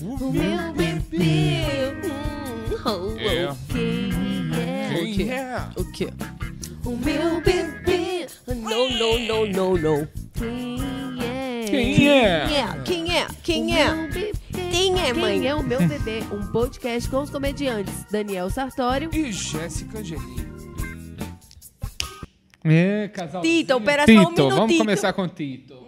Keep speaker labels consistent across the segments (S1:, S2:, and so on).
S1: o meu bebê. Hum, oh,
S2: É.
S1: ok, yeah.
S2: Quem é?
S3: O quê?
S1: O meu bebê.
S3: Não, não, não, não, não.
S1: Quem é?
S2: Quem é?
S3: é? Quem é?
S1: O
S3: Quem é?
S1: meu bebê.
S3: Quem é, mãe?
S1: Quem é o meu bebê? Um podcast com os comediantes Daniel Sartório.
S2: E Jéssica Angelini. É, casal.
S3: Tito, espera só um
S2: Tito, vamos
S3: minutito. Hum.
S2: começar com Tito.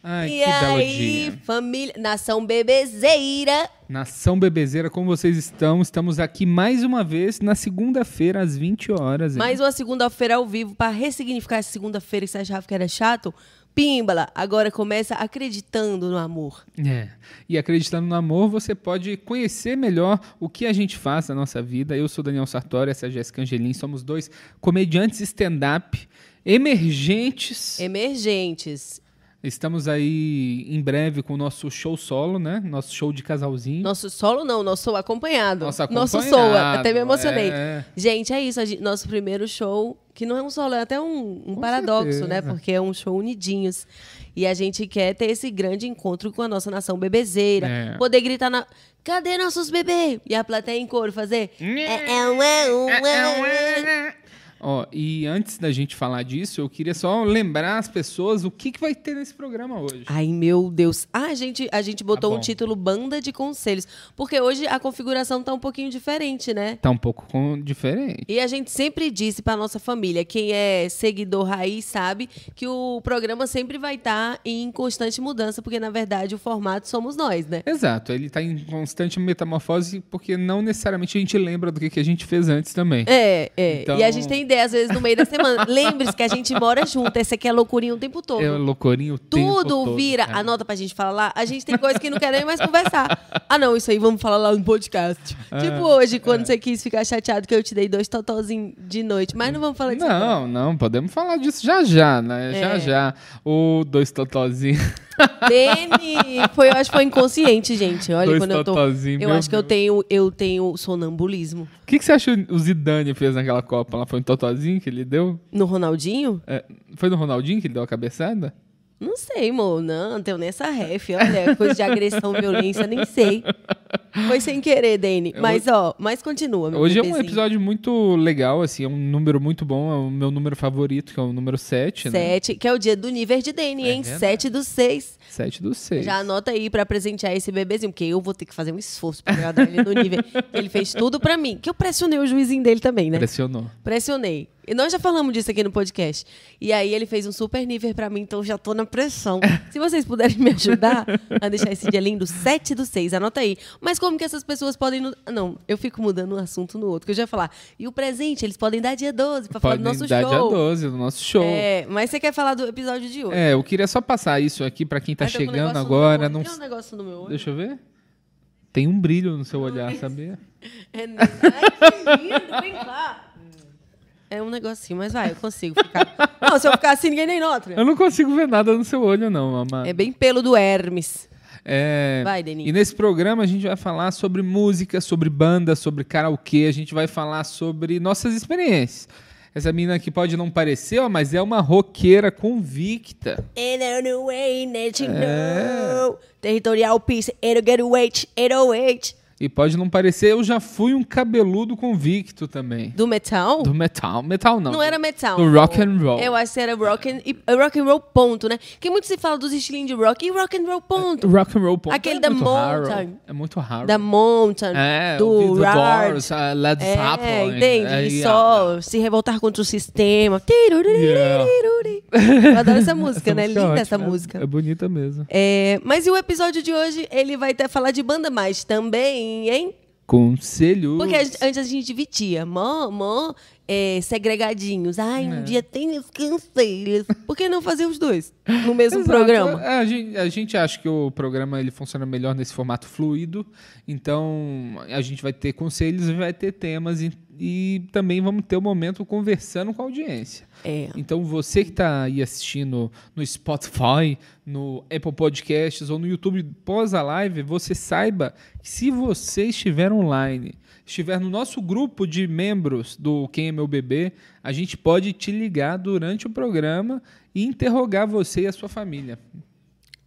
S2: Ai,
S3: E
S2: que belo
S3: aí,
S2: dia.
S3: família, nação bebezeira.
S2: Nação Bebezeira, como vocês estão? Estamos aqui mais uma vez na segunda-feira, às 20 horas. hein?
S3: Mais uma segunda-feira ao vivo para ressignificar essa segunda-feira que você achava que era chato. Pimbala, agora começa acreditando no amor.
S2: É. E acreditando no amor, você pode conhecer melhor o que a gente faz na nossa vida. Eu sou Daniel Sartori, essa é a Jéssica Angelim. Somos dois comediantes stand-up emergentes.
S3: Emergentes.
S2: Estamos aí em breve com o nosso show solo, né? Nosso show de casalzinho.
S3: Nosso solo não, nosso sou acompanhado.
S2: Nosso
S3: Nosso
S2: acompanhado,
S3: soa, até me emocionei.
S2: é.
S3: Gente, é isso, a gente- nosso primeiro show, que não é um solo, é até um, um
S2: Com
S3: paradoxo,
S2: certeza.
S3: né? Porque é um show unidinhos. E a gente quer ter esse grande encontro com a nossa nação bebezeira.
S2: É.
S3: Poder gritar na... Cadê nossos bebês? E a plateia em coro fazer... "É, é, um, ué, ué, ué".
S2: Ó, e antes da gente falar disso, eu queria só lembrar as pessoas o que, que vai ter nesse programa hoje.
S3: Ai, meu Deus. Ah, a gente, a gente botou
S2: Tá bom.
S3: um título Banda de Conselhos. Porque hoje a configuração tá um pouquinho diferente, né?
S2: Tá um pouco com- diferente.
S3: E a gente sempre disse pra nossa família, quem é seguidor raiz sabe, que o programa sempre vai estar em constante mudança, porque na verdade o formato somos nós, né?
S2: Exato, ele tá em constante metamorfose porque não necessariamente a gente lembra do que, que a gente fez antes também.
S3: É, é.
S2: Então-
S3: E a gente tem ideia, às vezes, no meio da semana. Lembre-se que a gente mora junto, essa aqui é loucurinha o tempo todo.
S2: É loucorinho o tempo
S3: Tudo
S2: todo, né? é.
S3: vira.
S2: cara.
S3: Anota pra gente falar lá. A gente tem coisa que não quer nem mais conversar. Ah, não, isso aí vamos falar lá no podcast.
S2: É.
S3: tipo hoje, quando você quis ficar chateado que eu te dei dois totózinhos de noite. Mas não vamos falar disso. agora.
S2: Não, não, podemos falar disso já já, né?
S3: É.
S2: Já já. O dois totozinhos.
S3: Dene! Foi, eu acho que foi inconsciente, gente. Olha
S2: Dois
S3: quando eu tô.
S2: totozinhos,
S3: Eu
S2: meu
S3: acho que eu
S2: Deus.
S3: tenho, eu tenho sonambulismo.
S2: O que, que você achou que o Zidane fez naquela Copa? Lá foi um totozinho que ele deu?
S3: No Ronaldinho?
S2: É, foi no Ronaldinho que ele deu a cabeçada?
S3: Não sei, amor. Não, não tenho nessa ref. Olha, coisa de agressão, violência, nem sei. Foi sem querer, Dene. Mas, ó, mas continua, meu
S2: Hoje é um
S3: bebezinho.
S2: episódio muito legal, assim, é um número muito bom, é o meu número favorito, que é o número 7, né? É
S3: Sete, que é o dia do nível de Dene, hein?
S2: verdade.
S3: Sete do seis.
S2: 7 do 6.
S3: Já anota aí pra presentear esse bebezinho, porque eu vou ter que fazer um esforço pra agradar ele no nível. Ele fez tudo pra mim, que eu pressionei o juizinho dele também, né?
S2: Impressionou.
S3: Pressionei. E nós já falamos disso aqui no podcast. E aí ele fez um super nível pra mim, então eu já tô na pressão. Se vocês puderem me ajudar a deixar esse dia lindo, 7 do 6, anota aí. Mas como que essas pessoas podem... no- Não, eu fico mudando um assunto no outro, que eu já ia falar. E o presente, eles podem dar dia 12 pra falar do
S2: Podem
S3: nosso
S2: dar
S3: show.
S2: dia 12 do nosso show.
S3: É, mas você quer falar do episódio de hoje?
S2: É, eu queria só passar isso aqui pra quem tá
S3: Ai, tô com um
S2: chegando
S3: negócio no
S2: agora.
S3: meu olho.
S2: Não...
S3: Tem um negócio no meu olho.
S2: Deixa eu ver. Tem um brilho no seu olhar, sabia?
S3: É mesmo. Ai, que lindo, vem cá. É um negocinho, mas vai, eu consigo ficar. Não, se eu ficar assim, ninguém nem nota. né?
S2: Eu não consigo ver nada no seu olho, não, amado.
S3: É bem pelo do Hermes.
S2: É,
S3: Vai, Denis.
S2: E nesse programa a gente vai falar sobre música, sobre banda, sobre karaokê, a gente vai falar sobre nossas experiências. Essa menina aqui pode não parecer, ó, mas é uma roqueira convicta.
S3: And I don't way that you
S2: É.
S3: know. Territorial Peace, it'll get weight, 808.
S2: E pode não parecer, eu já fui um cabeludo convicto também.
S3: Do metal?
S2: Do metal. Metal não.
S3: Não era metal.
S2: Do rock and roll.
S3: Eu acho que era rock and, e- é rock and roll ponto, né? Que muito se fala dos estilinhos de rock e rock and roll ponto.
S2: Rock and roll. pô,
S3: Aquele
S2: é
S3: da
S2: muito raro.
S3: Motown.
S2: É muito raro.
S3: Da Mountain,
S2: É,
S3: do
S2: do
S3: Rard.
S2: Doors, uh, Led Zeppelin. é,
S3: É, entende?
S2: aí,
S3: e só se revoltar contra o sistema. Tiruririririruri. Eu adoro essa
S2: ah,
S3: música, né?
S2: é
S3: Linda essa
S2: ótima, é-
S3: música.
S2: É bonita mesmo.
S3: É, mas e o episódio de hoje, ele vai até falar de banda mais também, hein?
S2: Conselho.
S3: Porque a gente- antes a gente dividia, mó, mó, é, segregadinhos. Ai,
S2: É.
S3: um dia tem os cancelhos. Por que não fazer os dois no mesmo
S2: Exato.
S3: um programa?
S2: É, A gente, a gente acha que o programa ele funciona melhor nesse formato fluido. Então, a gente vai ter conselhos, vai ter temas e, e também vamos ter o momento conversando com a audiência.
S3: É.
S2: Então, você que está aí assistindo no Spotify, no Apple Podcasts ou no YouTube pós a live, você saiba que se você estiver online, estiver no nosso grupo de membros do Quem é Meu Bebê, a gente pode te ligar durante o programa e interrogar você e a sua família.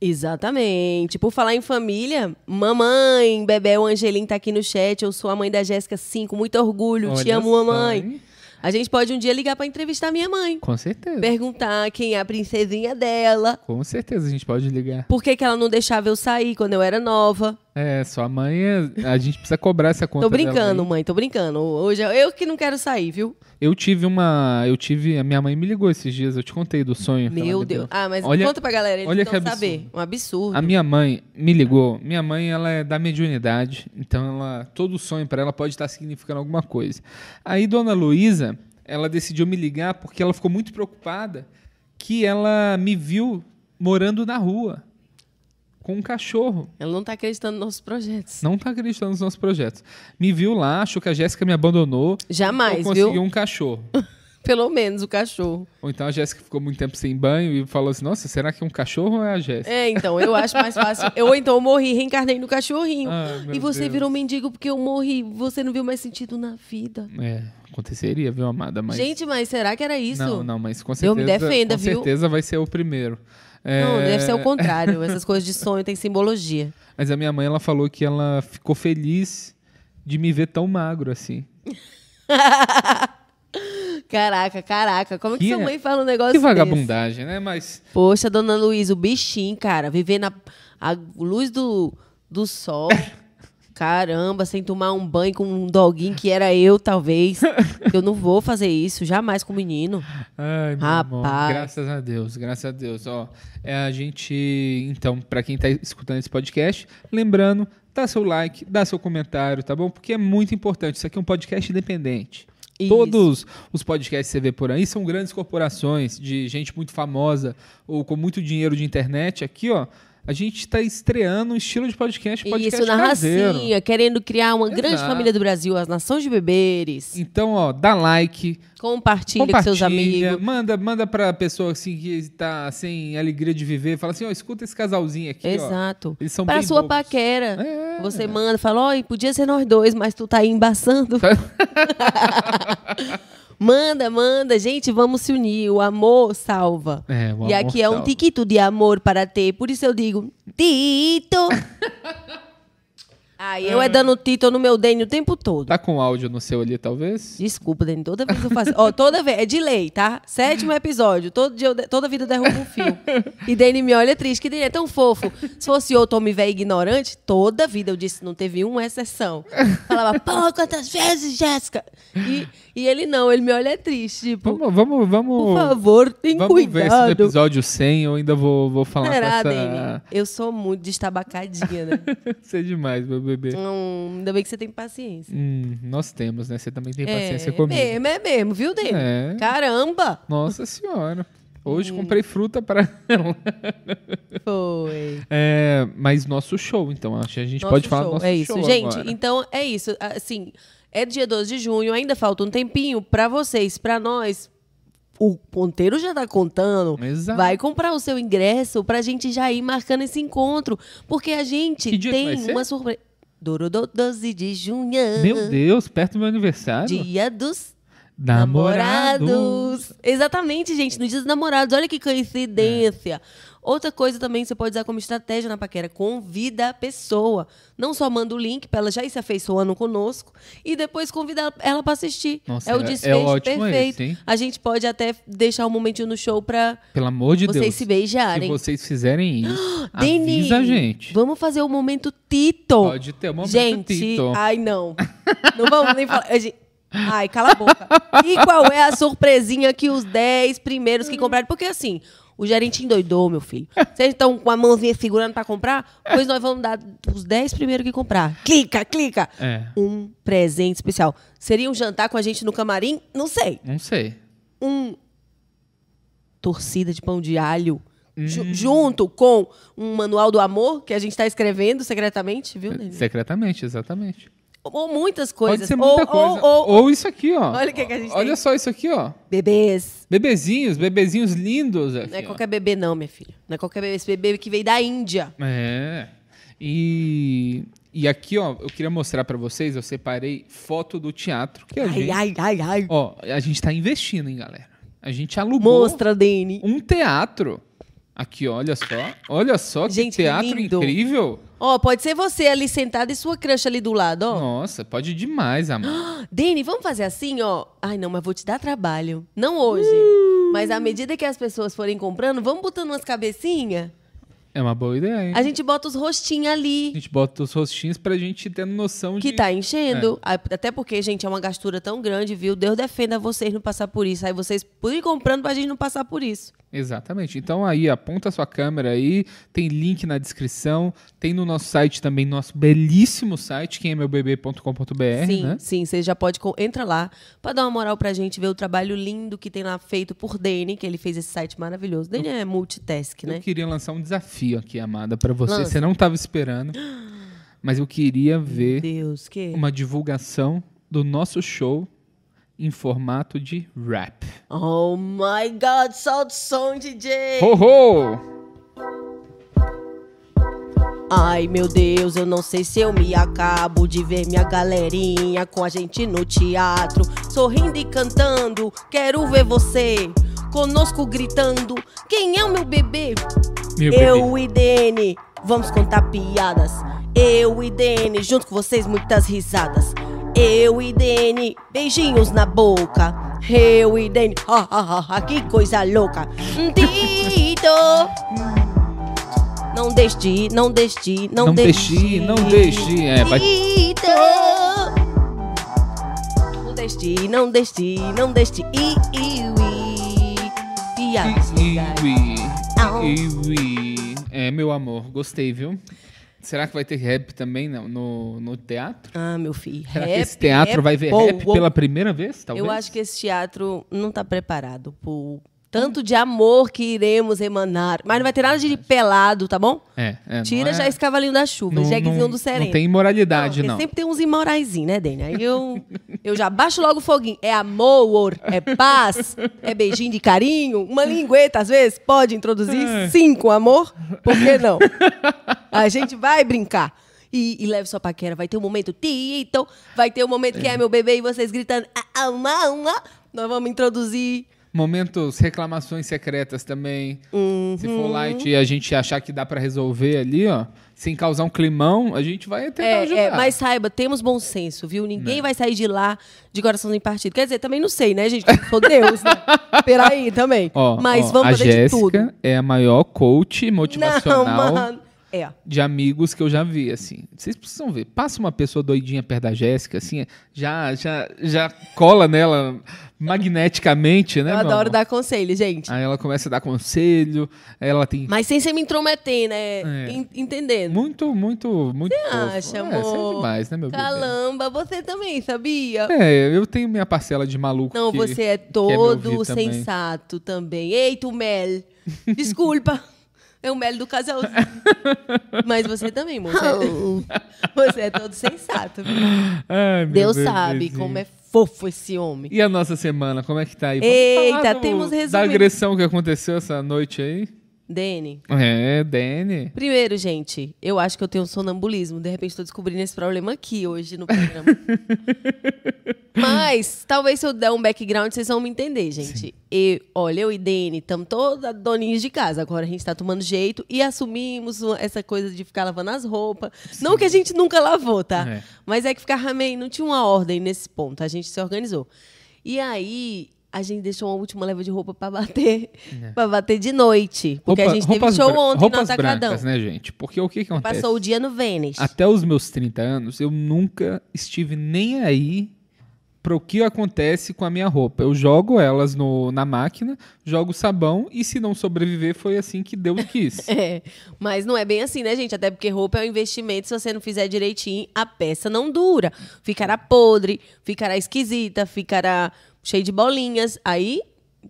S3: Exatamente. Por falar em família, mamãe, Bebel Angelim tá aqui no chat. Eu sou a mãe da Jéssica 5, muito orgulho. Te
S2: Olha
S3: amo,
S2: só,
S3: mamãe.
S2: hein?
S3: A gente pode um dia ligar pra entrevistar minha mãe.
S2: Com certeza.
S3: Perguntar quem é a princesinha dela.
S2: Com certeza a gente pode ligar.
S3: Por que, que ela não deixava eu sair quando eu era nova?
S2: É, sua mãe, é- a gente precisa cobrar essa conta.
S3: Tô
S2: dela
S3: brincando,
S2: aí.
S3: mãe, tô brincando. Hoje é eu que não quero sair, viu?
S2: Eu tive uma. Eu tive. A minha mãe me ligou esses dias, eu te contei do sonho. que ela
S3: Meu
S2: me deu.
S3: Deus. Ah, mas
S2: Olha-
S3: conta pra galera, eles
S2: olha
S3: não
S2: que absurdo.
S3: saber. Um absurdo.
S2: A minha mãe me ligou. Minha mãe, ela é da mediunidade, então ela todo sonho para ela pode estar significando alguma coisa. Aí dona Luísa, ela decidiu me ligar porque ela ficou muito preocupada que ela me viu morando na rua com um cachorro.
S3: Ela não tá acreditando nos nossos projetos.
S2: Não tá acreditando nos nossos projetos. Me viu lá, achou que a Jéssica me abandonou. eu
S3: Jamais,
S2: consegui
S3: viu?
S2: um cachorro.
S3: Pelo menos o cachorro.
S2: Ou então a Jéssica ficou muito tempo sem banho e falou assim: "Nossa, será que é um cachorro ou é a Jéssica?"
S3: É, então, eu acho mais fácil. Eu, ou então, eu morri, reencarnei no cachorrinho.
S2: Ah, meu
S3: e você
S2: Deus.
S3: virou mendigo porque eu morri. Você não viu mais sentido na vida.
S2: É, aconteceria, viu, amada, mas
S3: um Gente, mas será que era isso?
S2: Não, não, mas com
S3: Eu
S2: certeza.
S3: me defenda,
S2: com
S3: viu?
S2: certeza vai ser o primeiro. É,
S3: Não, deve ser o contrário. Essas coisas de sonho têm simbologia.
S2: Mas a minha mãe, ela falou que ela ficou feliz de me ver tão magro assim.
S3: Caraca, caraca. Como é que,
S2: Que
S3: sua
S2: é-
S3: mãe fala um negócio
S2: que
S3: desse?
S2: vagabundagem, né? Mas
S3: Poxa, dona Luísa, o bichinho, cara, viver na a luz do, do sol. Caramba, sem tomar um banho com um doguinho que era eu, talvez. Eu não vou fazer isso, jamais com o menino.
S2: Ai, meu
S3: Rapaz.
S2: amor, graças a Deus, graças a Deus. Ó, é a gente, então, pra quem tá escutando esse podcast, lembrando, dá seu like, dá seu comentário, tá bom? Porque é muito importante. Isso aqui é um podcast independente.
S3: Isso.
S2: Todos os podcasts que você vê por aí são grandes corporações de gente muito famosa ou com muito dinheiro de internet. Aqui, ó, a gente tá estreando um estilo de podcast,
S3: E
S2: podcast
S3: isso na
S2: caseiro.
S3: racinha, querendo criar uma grande
S2: Exato.
S3: família do Brasil, as nações de beberes.
S2: Então, ó, dá like,
S3: Compartilha, com seus amigos.
S2: Manda, manda pra pessoa assim que tá sem alegria de viver. Fala assim, ó, escuta esse casalzinho aqui, ó.
S3: Exato.
S2: Eles são
S3: Para
S2: bem
S3: sua
S2: bobos.
S3: paquera.
S2: É.
S3: Você manda, fala, ó, podia ser nós dois, mas tu tá aí embaçando. manda, manda, gente, vamos se unir. O amor salva.
S2: É, o
S3: e
S2: amor
S3: aqui é um
S2: salva.
S3: tiquito de amor para ter, por isso eu digo, Tito. Aí eu é dando Tito no meu Dênio o tempo todo.
S2: Tá com áudio no seu ali, talvez?
S3: Desculpa, Dani, toda vez que eu faço. Ó, toda vez. É de lei, tá? Sétimo episódio. Todo dia eu de- toda vida eu derrubo um fio. E Dani me olha triste, que Dani é tão fofo. Se fosse outro homem velho ignorante, toda vida eu disse, não teve uma exceção. Falava, pô, quantas vezes, Jéssica? E, e ele não, ele me olha triste. Tipo,
S2: Vamos, vamos, vamos.
S3: por favor, tem
S2: vamos ver se no
S3: cuidado.
S2: episódio 100 eu ainda vou, vou falar
S3: Será,
S2: com
S3: Dani?
S2: essa.
S3: Eu sou muito destabacadinha, né?
S2: Você é demais, meu bebê.
S3: Hum, ainda bem que você tem paciência.
S2: Hum, nós temos, né? Você também tem
S3: É,
S2: paciência
S3: é
S2: comigo.
S3: mesmo, é mesmo, viu, Dani?
S2: É.
S3: Caramba!
S2: Nossa senhora.
S3: Hum.
S2: Hoje comprei fruta para ela.
S3: Foi.
S2: É, mas nosso show, então. Acho que a gente
S3: Nosso
S2: pode falar
S3: show.
S2: do nosso
S3: É isso,
S2: show
S3: gente.
S2: agora.
S3: Então é isso. Assim, é dia 12 de junho, ainda falta um tempinho pra vocês, pra nós. O ponteiro já tá contando.
S2: Exato.
S3: Vai comprar o seu ingresso pra gente já ir marcando esse encontro, porque a gente
S2: Que dia que
S3: tem
S2: vai ser?
S3: uma surpresa. Durou 12 de junho.
S2: Meu Deus, perto do meu aniversário.
S3: Dia dos
S2: Namorado.
S3: Namorados. Exatamente, gente. No dia dos namorados. Olha que coincidência.
S2: É.
S3: Outra coisa também que você pode usar como estratégia na paquera. Convida a pessoa. Não só manda o link pra ela já ir se afeiçoando conosco. E depois convida ela pra assistir.
S2: Nossa,
S3: é o
S2: é- é
S3: desfecho
S2: ótimo
S3: perfeito.
S2: esse, hein?
S3: A gente pode até deixar um momentinho no show pra
S2: Pelo amor de
S3: vocês
S2: Deus.
S3: se
S2: Se
S3: beijarem.
S2: vocês fizerem isso,
S3: Deni,
S2: avisa a gente.
S3: Vamos fazer o momento Tito.
S2: Pode ter um momento
S3: Gente,
S2: Tito.
S3: ai não. Não vamos nem falar. A gente- Ai, cala a boca. E qual é a surpresinha que os 10 primeiros que compraram? Porque assim, o gerente endoidou, meu filho. Vocês estão com a mãozinha segurando pra comprar? Pois nós vamos dar os 10 primeiros que comprar. Clica, clica.
S2: É,
S3: Um presente especial. Seria um jantar com a gente no camarim? Não sei.
S2: não sei.
S3: Um torcida de pão de alho. ju-
S2: Hum.
S3: junto com um manual do amor que a gente tá escrevendo secretamente, viu, Nenê?
S2: Secretamente, exatamente.
S3: Ou muitas coisas.
S2: É, Pode ser muita
S3: ou,
S2: coisa.
S3: Ou, ou-
S2: isso aqui, ó.
S3: Olha o que que a gente
S2: Olha
S3: tem.
S2: só isso aqui, ó.
S3: Bebês.
S2: Bebezinhos, bebezinhos lindos aqui.
S3: Não é
S2: ó.
S3: qualquer bebê, não, minha filha. Não é qualquer bebê. Esse bebê que veio da Índia.
S2: É. E, e aqui, ó, eu queria mostrar pra vocês, eu separei foto do teatro que a
S3: Ai,
S2: gente,
S3: ai, ai, ai.
S2: ó, a gente tá investindo, hein, galera. A gente alugou
S3: Mostra, Dani.
S2: um teatro Aqui, olha só. Olha só que
S3: Gente, que
S2: teatro
S3: lindo.
S2: incrível.
S3: Ó, pode ser você ali sentada e sua crush ali do lado, ó.
S2: Nossa, pode demais, amor.
S3: Dani, vamos fazer assim, ó. Ai, não, mas vou te dar trabalho. Não hoje.
S2: Hum.
S3: Mas à medida que as pessoas forem comprando, vamos botando umas cabecinhas.
S2: É uma boa ideia, hein?
S3: A gente bota os rostinhos
S2: A
S3: ali,
S2: gente bota os rostinhos pra gente ter noção
S3: que
S2: de.
S3: tá enchendo. A- Até porque, gente, é uma gastura tão grande, viu? Deus defenda vocês não passar por isso. Aí vocês podem comprando pra gente não passar por isso.
S2: Exatamente. Então aí, aponta a sua câmera aí, tem link na descrição, tem no nosso site também, nosso belíssimo site, é quemmeubb.com.br,
S3: sim,
S2: né?
S3: sim, você já pode co- entra lá pra dar uma moral pra gente ver o trabalho lindo que tem lá feito por Dani, que ele fez esse site maravilhoso. Dani é multitask,
S2: Eu
S3: né?
S2: queria lançar um desafio aqui, Amada, pra você.
S3: Lança.
S2: Você não tava esperando, mas eu queria ver
S3: Deus, que
S2: uma divulgação do nosso show em formato de rap.
S3: Oh my God, solta o som, DJ!
S2: Ho, ho!
S3: Ai meu Deus, eu não sei se eu me acabo de ver minha galerinha com a gente no teatro, sorrindo e cantando. Quero ver você conosco gritando. Quem é o meu bebê?
S2: Meu bebê.
S3: eu e Dene, vamos contar piadas. Eu e Dene, junto com vocês, muitas risadas. Eu e Dene, beijinhos na boca. Eu e Dene, ha, ha, ha, ha, que coisa louca. Um Tito! Não deixe de ir, não deixe de ir, não,
S2: Não
S3: deixe
S2: deixe,
S3: ir.
S2: não deixe. É, vai-
S3: Tito! Não deixe de ir, não deixe de ir, não deixe de ir. Iui. Piadas legais.
S2: Iwi.
S3: Au.
S2: Iwi. É, meu amor, gostei, viu? Será que vai ter rap também no, no, no teatro?
S3: Ah, meu filho.
S2: Será
S3: rap,
S2: que É, esse teatro
S3: rap,
S2: vai ver
S3: uou,
S2: rap
S3: uou.
S2: pela primeira vez, talvez?
S3: Eu acho que esse teatro não tá preparado pro tanto de amor que iremos emanar. Mas não vai ter nada de pelado, tá bom?
S2: É, é, não
S3: Tira
S2: é-
S3: já esse cavalinho da chuva,
S2: não-
S3: esse jeguezinho
S2: não-
S3: do sereno.
S2: Não tem imoralidade,
S3: Porque
S2: não.
S3: Sempre tem uns imoraizinhos, né, Dani? Aí eu, eu já baixo logo o foguinho. É amor, é paz, é beijinho de carinho, uma lingueta, às vezes, pode introduzir. Sim, com amor, por que não? A gente vai brincar. E, e leve sua paquera. Vai ter um momento Tito, vai ter um momento que é meu bebê e vocês gritando ah, ah, uma, uma. Nós vamos introduzir.
S2: Momentos, reclamações secretas também. Se for
S3: Uhum.
S2: light e a gente achar que dá pra resolver ali, ó, sem causar um climão, a gente vai tentar
S3: É,
S2: ajudar.
S3: é, mas saiba, temos bom senso, viu? Ninguém
S2: Né.
S3: vai sair de lá de coração em partido. Quer dizer, também não sei, né, gente? Eu Sou Deus, né? Peraí, também.
S2: Ó,
S3: mas
S2: ó,
S3: vamos
S2: a
S3: fazer de tudo.
S2: Jéssica é a maior coach motivacional Né,
S3: É.
S2: de amigos que eu já vi, assim. Vocês precisam ver. Passa uma pessoa doidinha perto da Jéssica, assim, já, já, já cola nela magneticamente, né,
S3: eu
S2: meu
S3: adoro
S2: amor?
S3: dar conselho, gente.
S2: Aí ela começa a dar conselho, aí ela tem
S3: Mas sem você me intrometer, né?
S2: É.
S3: En- Entendendo.
S2: muito, muito, muito fofo.
S3: acha,
S2: é, você é
S3: amor?
S2: demais, né, meu bebê?
S3: Calamba, você também, sabia?
S2: É, eu tenho minha parcela de maluco.
S3: Não,
S2: que-
S3: você é
S2: me
S3: todo
S2: ouvir também.
S3: sensato também. Eita, o Mel. Desculpa. É o Mel do casalzinho. Mas você também, moça. Você é todo sensato. viu?
S2: Ai, meu
S3: Deus sabe
S2: bebezinho.
S3: como é fofo esse homem.
S2: E a nossa semana, como é que tá aí? Vamos
S3: Eita,
S2: falar do-
S3: temos
S2: Da
S3: resumido.
S2: agressão que aconteceu essa noite aí?
S3: Dene.
S2: É, Dene.
S3: Primeiro, gente, eu acho que eu tenho um sonambulismo. De repente, estou descobrindo esse problema aqui hoje no programa. Mas, talvez se eu der um background, vocês vão me entender, gente. E, olha, eu e Dene estamos todas doninhas de casa. Agora a gente está tomando jeito e assumimos uma- essa coisa de ficar lavando as roupas. Não que a gente nunca lavou, tá?
S2: É.
S3: Mas é que ficar ramei, não tinha uma ordem nesse ponto. A gente se organizou. E aí, a gente deixou uma última leva de roupa para bater. pra bater de noite. Porque
S2: É. Roupa-
S3: a gente teve
S2: roupas
S3: show
S2: bran-
S3: ontem no
S2: roupas
S3: Atacadão.
S2: brancas, né, gente? Porque o que, que acontece? Ah.
S3: Passou o dia no Vênus.
S2: Até os meus 30 anos, eu nunca estive nem aí pro que acontece com a minha roupa. Eu jogo elas no- na máquina, jogo sabão e se não sobreviver, foi assim que Deus quis.
S3: É, mas não é bem assim, né, gente? Até porque roupa é um investimento. Se você não fizer direitinho, a peça não dura. Ficará podre, ficará esquisita, ficará cheia de bolinhas. Aí,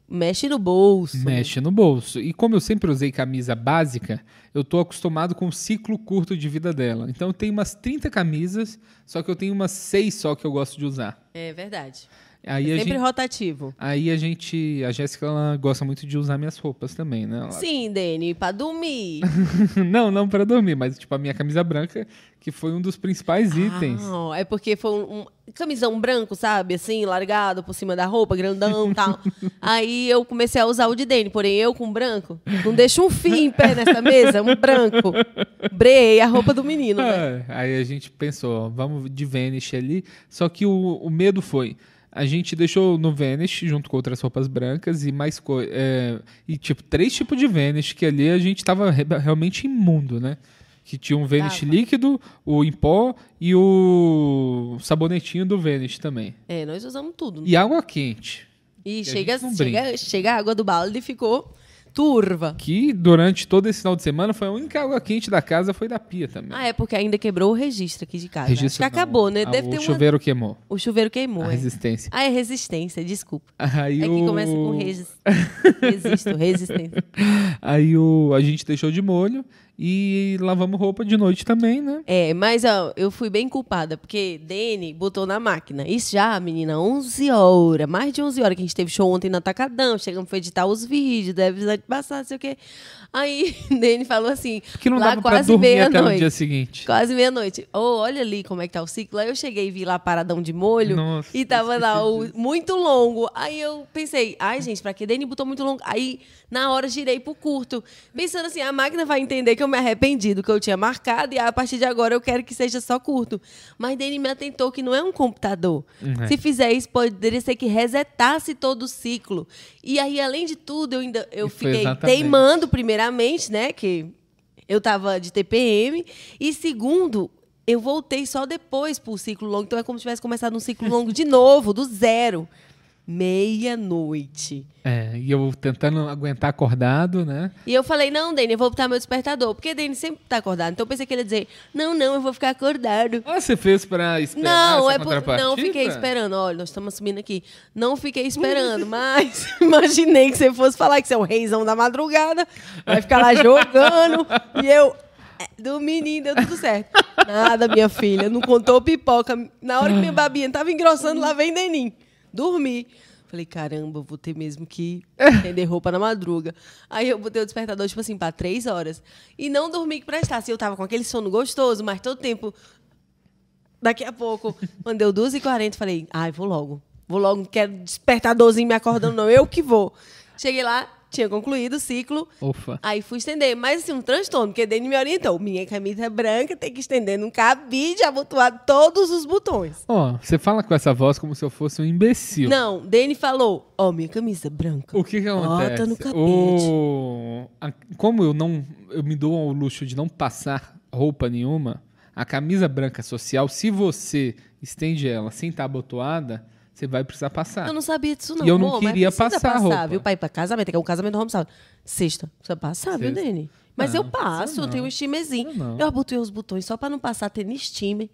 S3: mexe no bolso.
S2: Mexe no bolso. E como eu sempre usei camisa básica, eu tô acostumado com o ciclo curto de vida dela. Então eu tenho umas 30 camisas, só que eu tenho umas 6 só que eu gosto de usar.
S3: É verdade.
S2: Aí
S3: É
S2: a
S3: sempre
S2: gente,
S3: rotativo.
S2: aí a gente, a Jéssica ela gosta muito de usar minhas roupas também, né? Ela-
S3: Sim, Dani, pra dormir.
S2: não, não para dormir, mas tipo a minha camisa branca, que foi um dos principais itens.
S3: Ah, é porque foi um, um camisão branco, sabe? Assim, largado por cima da roupa, grandão e tal. Aí eu comecei a usar o de Dene, porém eu com branco, não deixo um fim em pé nessa mesa, um branco. Brei a roupa do menino, né?
S2: Ah, aí a gente pensou, ó, vamos de Vanish ali. Só que o, o medo foi. A gente deixou no Vanish, junto com outras roupas brancas e mais co é, E tipo, três tipos de Vanish, que ali a gente tava re- realmente imundo, né? Que tinha um Vanish
S3: Tava.
S2: líquido, o em pó e o sabonetinho do Vanish também.
S3: É, nós usamos tudo.
S2: E água quente.
S3: E
S2: a
S3: chega,
S2: gente não
S3: chega,
S2: brinca.
S3: chega a água do balde e ficou turva.
S2: Que durante todo esse final de semana foi a única água quente da casa, foi da pia também.
S3: Ah, é porque ainda quebrou o registro aqui de casa. Acho que
S2: Registro não,
S3: acabou, né?
S2: ah,
S3: Deve
S2: o
S3: ter uma...
S2: chuveiro queimou.
S3: O chuveiro queimou,
S2: A
S3: é.
S2: resistência.
S3: Ah, é resistência, desculpa.
S2: Aí
S3: é que
S2: o-
S3: começa com regis... resisto, resistência.
S2: Aí o, a gente deixou de molho e lavamos roupa de noite também, né?
S3: É, mas ó, eu fui bem culpada, porque Dene botou na máquina. Isso já, menina, 11 horas, mais de 11 horas que a gente teve show ontem no Atacadão. Chegamos, foi editar os vídeos, deve precisar de passar, não sei o quê. Aí Dene falou assim,
S2: Porque não
S3: lá
S2: dava pra
S3: quase
S2: dormir até o
S3: meia-noite.
S2: dia seguinte.
S3: Quase meia-noite. Ô, olha ali como é que tá o ciclo. Aí eu cheguei e vi lá paradão de molho.
S2: Nossa,
S3: e tava lá o muito longo. Aí eu pensei, ai, gente, pra que Dani botou muito longo? Aí, na hora, girei pro curto. Pensando assim, a máquina vai entender que eu me arrependi do que eu tinha marcado. E a partir de agora eu quero que seja só curto. Mas Dani me atentou que não é um computador.
S2: Uhum.
S3: Se fizer isso, poderia ser que resetasse todo o ciclo. E aí, além de tudo, eu ainda eu
S2: E foi
S3: fiquei
S2: exatamente.
S3: teimando, primeiramente, né? Que eu tava de TPM. E segundo, eu voltei só depois pro ciclo longo. Então é como se tivesse começado um ciclo longo de novo, do zero. Meia-noite.
S2: É, e eu tentando aguentar acordado, né?
S3: E eu falei, não, Dani, eu vou botar meu despertador. Porque Dani sempre tá acordado. Então eu pensei que ele ia dizer, não, não, eu vou ficar acordado.
S2: Ah, você fez pra esperar
S3: Não,
S2: essa
S3: é por...
S2: contrapartida?
S3: não fiquei esperando. Olha, nós estamos assumindo aqui. Não fiquei esperando, mas imaginei que você fosse falar que você é um reizão da madrugada, vai ficar lá jogando. e eu, é, do menino, deu tudo certo. Nada, minha filha, não contou pipoca. Na hora que minha babinha tava engrossando, lá vem Denim. Dormi. Falei, caramba, vou ter mesmo que vender roupa na madruga. Aí eu botei o despertador, tipo assim, pra três horas. E não dormi que prestasse. Eu tava com aquele sono gostoso, mas todo tempo Daqui a pouco, quando deu 2h40, falei, ai, vou logo. Vou logo, não quero despertadorzinho me acordando, não. Eu que vou. Cheguei lá, tinha concluído o ciclo.
S2: Ufa.
S3: Aí fui estender, mas assim, um transtorno, porque Dani me orientou. Minha camisa é branca tem que estender num cabide, abotoar todos os botões.
S2: Ó, você fala com essa voz como se eu fosse um imbecil.
S3: Não, Dani falou, ó, minha camisa é branca.
S2: O que que acontece?
S3: Bota no cabide.
S2: O- a- Como eu não, eu me dou ao luxo de não passar roupa nenhuma, a camisa branca social, se você estende ela sem estar abotoada, você vai precisar passar.
S3: Eu não sabia disso, não.
S2: Ah. E eu não
S3: amor, mas
S2: queria
S3: precisa
S2: passar a roupa.
S3: viu? Pra ir pra casamento, que é um casamento home saúde. Sexta, precisa passar, viu,
S2: Sexta. Ah,
S3: Dani? Mas
S2: Não,
S3: eu passo,
S2: precisa
S3: eu tenho
S2: não.
S3: um timezinho.
S2: Precisa não.
S3: Eu abotoei os botões só pra não passar tênis time.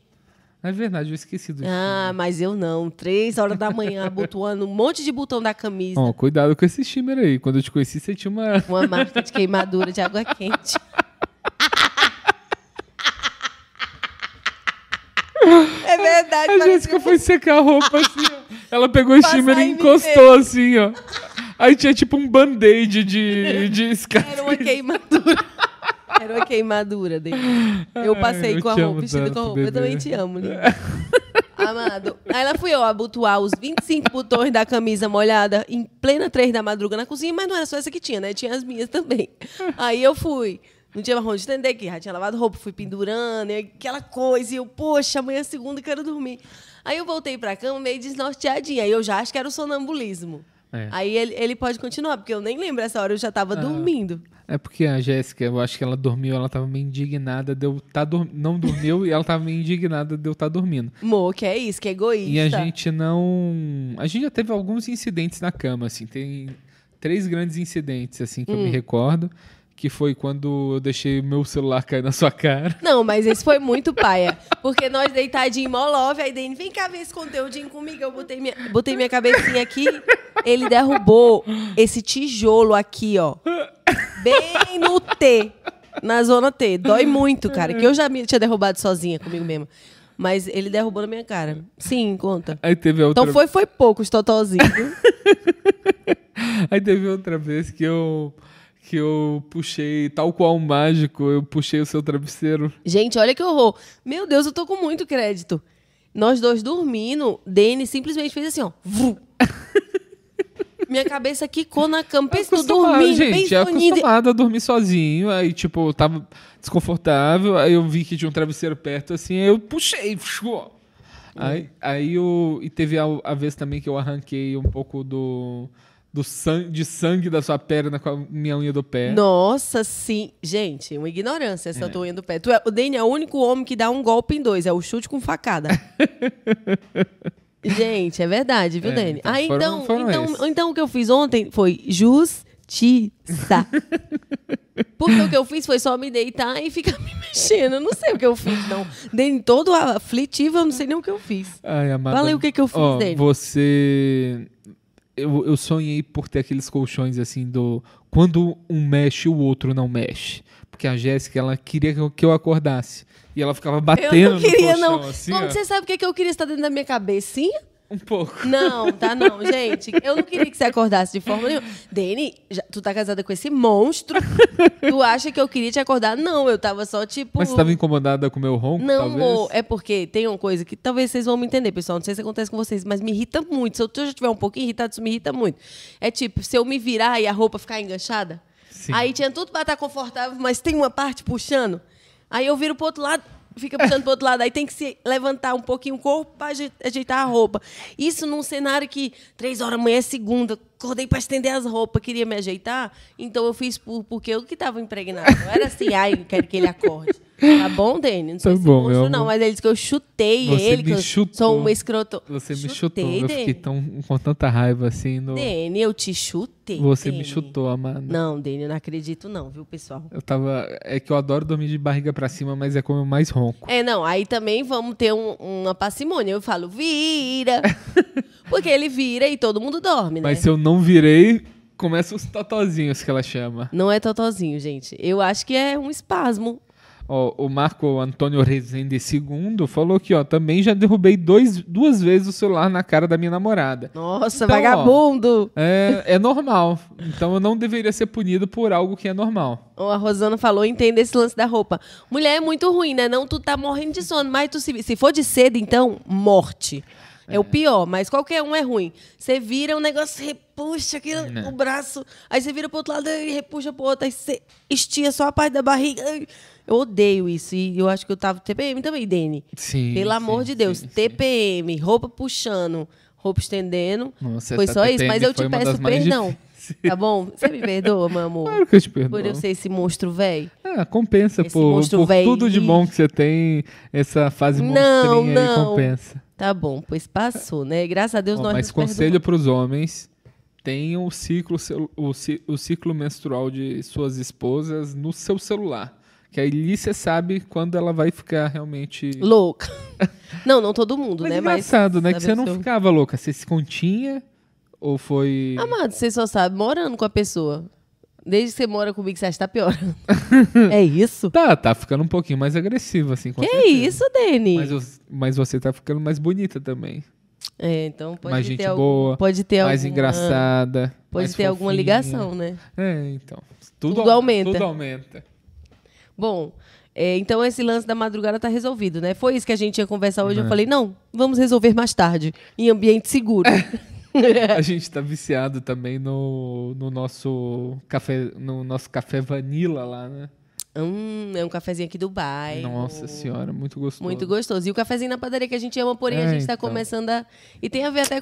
S2: É verdade, eu esqueci do
S3: Ah, mas eu não. Três horas da manhã, abotoando um monte de botão da camisa.
S2: Ó, cuidado com esse steamer aí. Quando eu te conheci, você tinha uma.
S3: Uma marca de queimadura de água quente. É verdade,
S2: A Jéssica foi secar a roupa assim, ó. Ela pegou o
S3: Passar
S2: steamer e
S3: em mim
S2: encostou assim, ó. Aí tinha tipo um band-aid de, de
S3: Era uma
S2: cicatriz.
S3: queimadura. Era uma queimadura dele. Eu
S2: Ai,
S3: passei
S2: eu
S3: com a
S2: te
S3: roupa,
S2: amo
S3: vestida com a
S2: tanto,
S3: roupa. Eu
S2: bebê.
S3: também te amo, lindo. Amado. Aí lá fui eu abotoar os 25 botões da camisa molhada em plena 3 da madruga na cozinha, mas não era só essa que tinha, né? Tinha as minhas também. Aí eu fui. Não tinha marrom de estender, que já tinha lavado roupa, fui pendurando, e aquela coisa. E eu, poxa, amanhã é segunda, quero dormir. Aí eu voltei pra cama meio desnorteadinha. Aí eu já acho que era o sonambulismo.
S2: É. Ah.
S3: Aí ele, ele pode continuar, porque eu nem lembro essa hora, eu já tava dormindo.
S2: É porque a Jéssica, eu acho que ela dormiu, ela tava meio indignada de eu tá dor... Não dormiu e ela tava meio indignada de eu estar dormindo.
S3: Mô, que é isso, que egoísta.
S2: E a gente não. A gente já teve alguns incidentes na cama, assim. Tem três grandes incidentes, assim, que eu
S3: Hum.
S2: me recordo. Que foi quando eu deixei meu celular cair na sua cara.
S3: Não, mas esse foi muito paia. Porque nós deitadinho em molove, aí Dani, vem cá ver esse conteúdinho comigo. Eu botei minha, botei minha cabecinha aqui, ele derrubou esse tijolo aqui, ó. Bem no T. Na zona T. Dói muito, cara. Que eu já me tinha derrubado sozinha comigo mesma. Mas ele derrubou na minha cara. Sim, conta.
S2: Aí teve a É outra,
S3: Então foi, foi pouco os totozinhos.
S2: aí teve outra vez que eu que eu puxei tal qual um mágico, eu puxei o seu travesseiro.
S3: Gente, olha que horror. Meu Deus, eu tô com muito crédito. Nós dois dormindo, Dene simplesmente fez assim, ó. Vru. Minha cabeça quicou na cama. Pensa que eu
S2: Acostumado,
S3: dormi,
S2: gente, é
S3: bem sonhida.
S2: acostumado a dormir sozinho, aí tipo, eu tava desconfortável, aí eu vi que tinha um travesseiro perto assim, aí eu puxei, ó. Aí, aí eu, e teve a, a vez também que eu arranquei um pouco do, do sangue, de sangue da sua perna com a minha unha do pé.
S3: Nossa, sim. Gente, uma ignorância essa tua unha do pé. Tu é, o Dene é o único homem que dá um golpe em dois. É o chute com facada. Gente, é verdade, viu,
S2: É,
S3: Dene?
S2: então
S3: ah,
S2: foram-
S3: então,
S2: foram esses.
S3: então, então o que eu fiz ontem foi justiça. Porque o que eu fiz foi só me deitar e ficar me mexendo. Eu não sei o que eu fiz, não. Dene todo aflitivo, eu não sei nem o que eu fiz.
S2: Ai, amada.
S3: Fala aí o que, que eu fiz,
S2: Ó,
S3: Dene.
S2: você. Eu, eu sonhei por ter aqueles colchões assim do. Quando um mexe, o outro não mexe. Porque a Jéssica, ela queria que eu, que eu acordasse. E ela ficava batendo
S3: Eu não queria,
S2: no colchão,
S3: não.
S2: assim.
S3: Como
S2: ó,
S3: que você sabe o que, que eu queria estar dentro da minha cabecinha?
S2: Um pouco.
S3: Não, tá não, gente. Eu não queria que você acordasse de forma nenhuma. Dene, já- tu tá casada com esse monstro. Tu acha que eu queria te acordar? Não, eu tava só tipo.
S2: Mas você estava incomodada com o meu ronco,
S3: Não,
S2: talvez?
S3: amor, é porque tem uma coisa que talvez vocês vão me entender, pessoal. Não sei se acontece com vocês, mas me irrita muito. Se eu já estiver um pouco irritado, isso me irrita muito. É tipo, se eu me virar e a roupa ficar enganchada,
S2: Sim.
S3: aí tinha tudo pra estar confortável, mas tem uma parte puxando. Aí eu viro pro outro lado, fica puxando pro outro lado. Aí tem que se levantar um pouquinho o corpo pra aje- ajeitar a roupa. Isso num cenário que três horas da manhã é segunda, acordei pra estender as roupas, queria me ajeitar, então eu fiz por, porque eu que tava impregnada. Não era assim, ai, quero que ele acorde. Tá bom, Dani? Não sei
S2: Tá
S3: se
S2: bom,
S3: monstro,
S2: meu
S3: não,
S2: amor.
S3: mas ele disse que eu chutei
S2: Você
S3: ele, que
S2: me
S3: eu
S2: chutou.
S3: sou um escroto.
S2: Você me
S3: Chutei,
S2: chutou. Eu
S3: Dene.
S2: fiquei tão, com tanta raiva assim. No...
S3: Dene, eu te chutei.
S2: Você me
S3: Dene.
S2: chutou, né? amada.
S3: Não, Dene, eu não acredito não, viu, pessoal?
S2: Eu tava. É que eu adoro dormir de barriga pra cima, mas é como eu mais ronco.
S3: É, não, aí também vamos ter um- uma parcimônia. Eu falo, vira. Porque ele vira e todo mundo dorme, né?
S2: Mas se eu não virei, começa os totozinhos que ela chama.
S3: Não é totozinho, gente. Eu acho que é um espasmo.
S2: Ó, o Marco Antônio Rezende II falou que, ó, também já derrubei dois, duas vezes o celular na cara da minha namorada.
S3: Nossa,
S2: Então, ó.
S3: vagabundo!
S2: É, é normal. Então eu não deveria ser punido por algo que é normal.
S3: Ó, A Rosana falou, entenda esse lance da roupa. Mulher é muito ruim, né? Não, tu tá morrendo de sono, mas tu se, se for de cedo, então, morte. É, o pior, mas qualquer um é rui. Você vira um negócio, repuxa aqui
S2: né?
S3: o braço, aí você vira pro outro lado e repuxa pro outro, aí você estia só a parte da barriga. Ai, Eu odeio isso e eu acho que eu tava TPM também, Dene.
S2: Sim.
S3: Pelo amor de Deus, TPM, roupa puxando, roupa estendendo.
S2: Nossa,
S3: foi
S2: essa
S3: só isso,
S2: TPM
S3: mas eu te
S2: foi uma das
S3: peço
S2: mais
S3: perdão.
S2: difíceis.
S3: Tá bom? Você me perdoa, meu amor?
S2: Claro que eu te perdoo.
S3: Por eu ser esse monstro velho?
S2: Ah, compensa
S3: Esse
S2: por,
S3: monstro
S2: por
S3: velho.
S2: tudo de bom que você tem, essa fase
S3: Não,
S2: monstrinha aí
S3: não.
S2: compensa.
S3: Tá bom, pois passou, né? Graças a Deus
S2: Ó,
S3: nós
S2: mas
S3: nos
S2: conselho para os homens: tenham o ciclo, cel- o, ci- o ciclo menstrual de suas esposas no seu celular. Que aí você sabe quando ela vai ficar realmente.
S3: perdoamos. Louca. Não, não todo mundo,
S2: Mas
S3: né?
S2: é engraçado, né? Que
S3: sabe
S2: você
S3: o
S2: não
S3: seu-
S2: ficava louca. Você se continha ou foi.
S3: Amado, você só sabe morando com a pessoa. Desde que você mora comigo, você acha que tá piorando. é isso?
S2: Tá, tá ficando um pouquinho mais agressiva, assim. com
S3: Que
S2: certeza.
S3: isso, Deni?
S2: Mas, os- mas você tá ficando mais bonita também.
S3: É, então pode
S2: Mais
S3: ter
S2: gente
S3: algum-
S2: boa,
S3: pode ter
S2: mais
S3: alguma-
S2: engraçada.
S3: Pode
S2: mais
S3: ter alguma
S2: fofinha.
S3: ligação, né?
S2: É, então.
S3: Tudo
S2: au-
S3: aumenta.
S2: Tudo aumenta.
S3: Bom, é, então esse lance da madrugada tá resolvido, né? Foi isso que a gente ia conversar hoje.
S2: É.
S3: Eu falei, não, vamos resolver mais tarde, em ambiente seguro.
S2: A gente tá viciado também no, no nosso café, no nosso café vanilla lá, né?
S3: Hum, é um cafezinho aqui do bairro.
S2: Nossa senhora, muito gostoso.
S3: Muito gostoso. E o cafezinho na padaria que a gente ama, porém a
S2: É,
S3: gente tá
S2: então. é um é
S3: É. é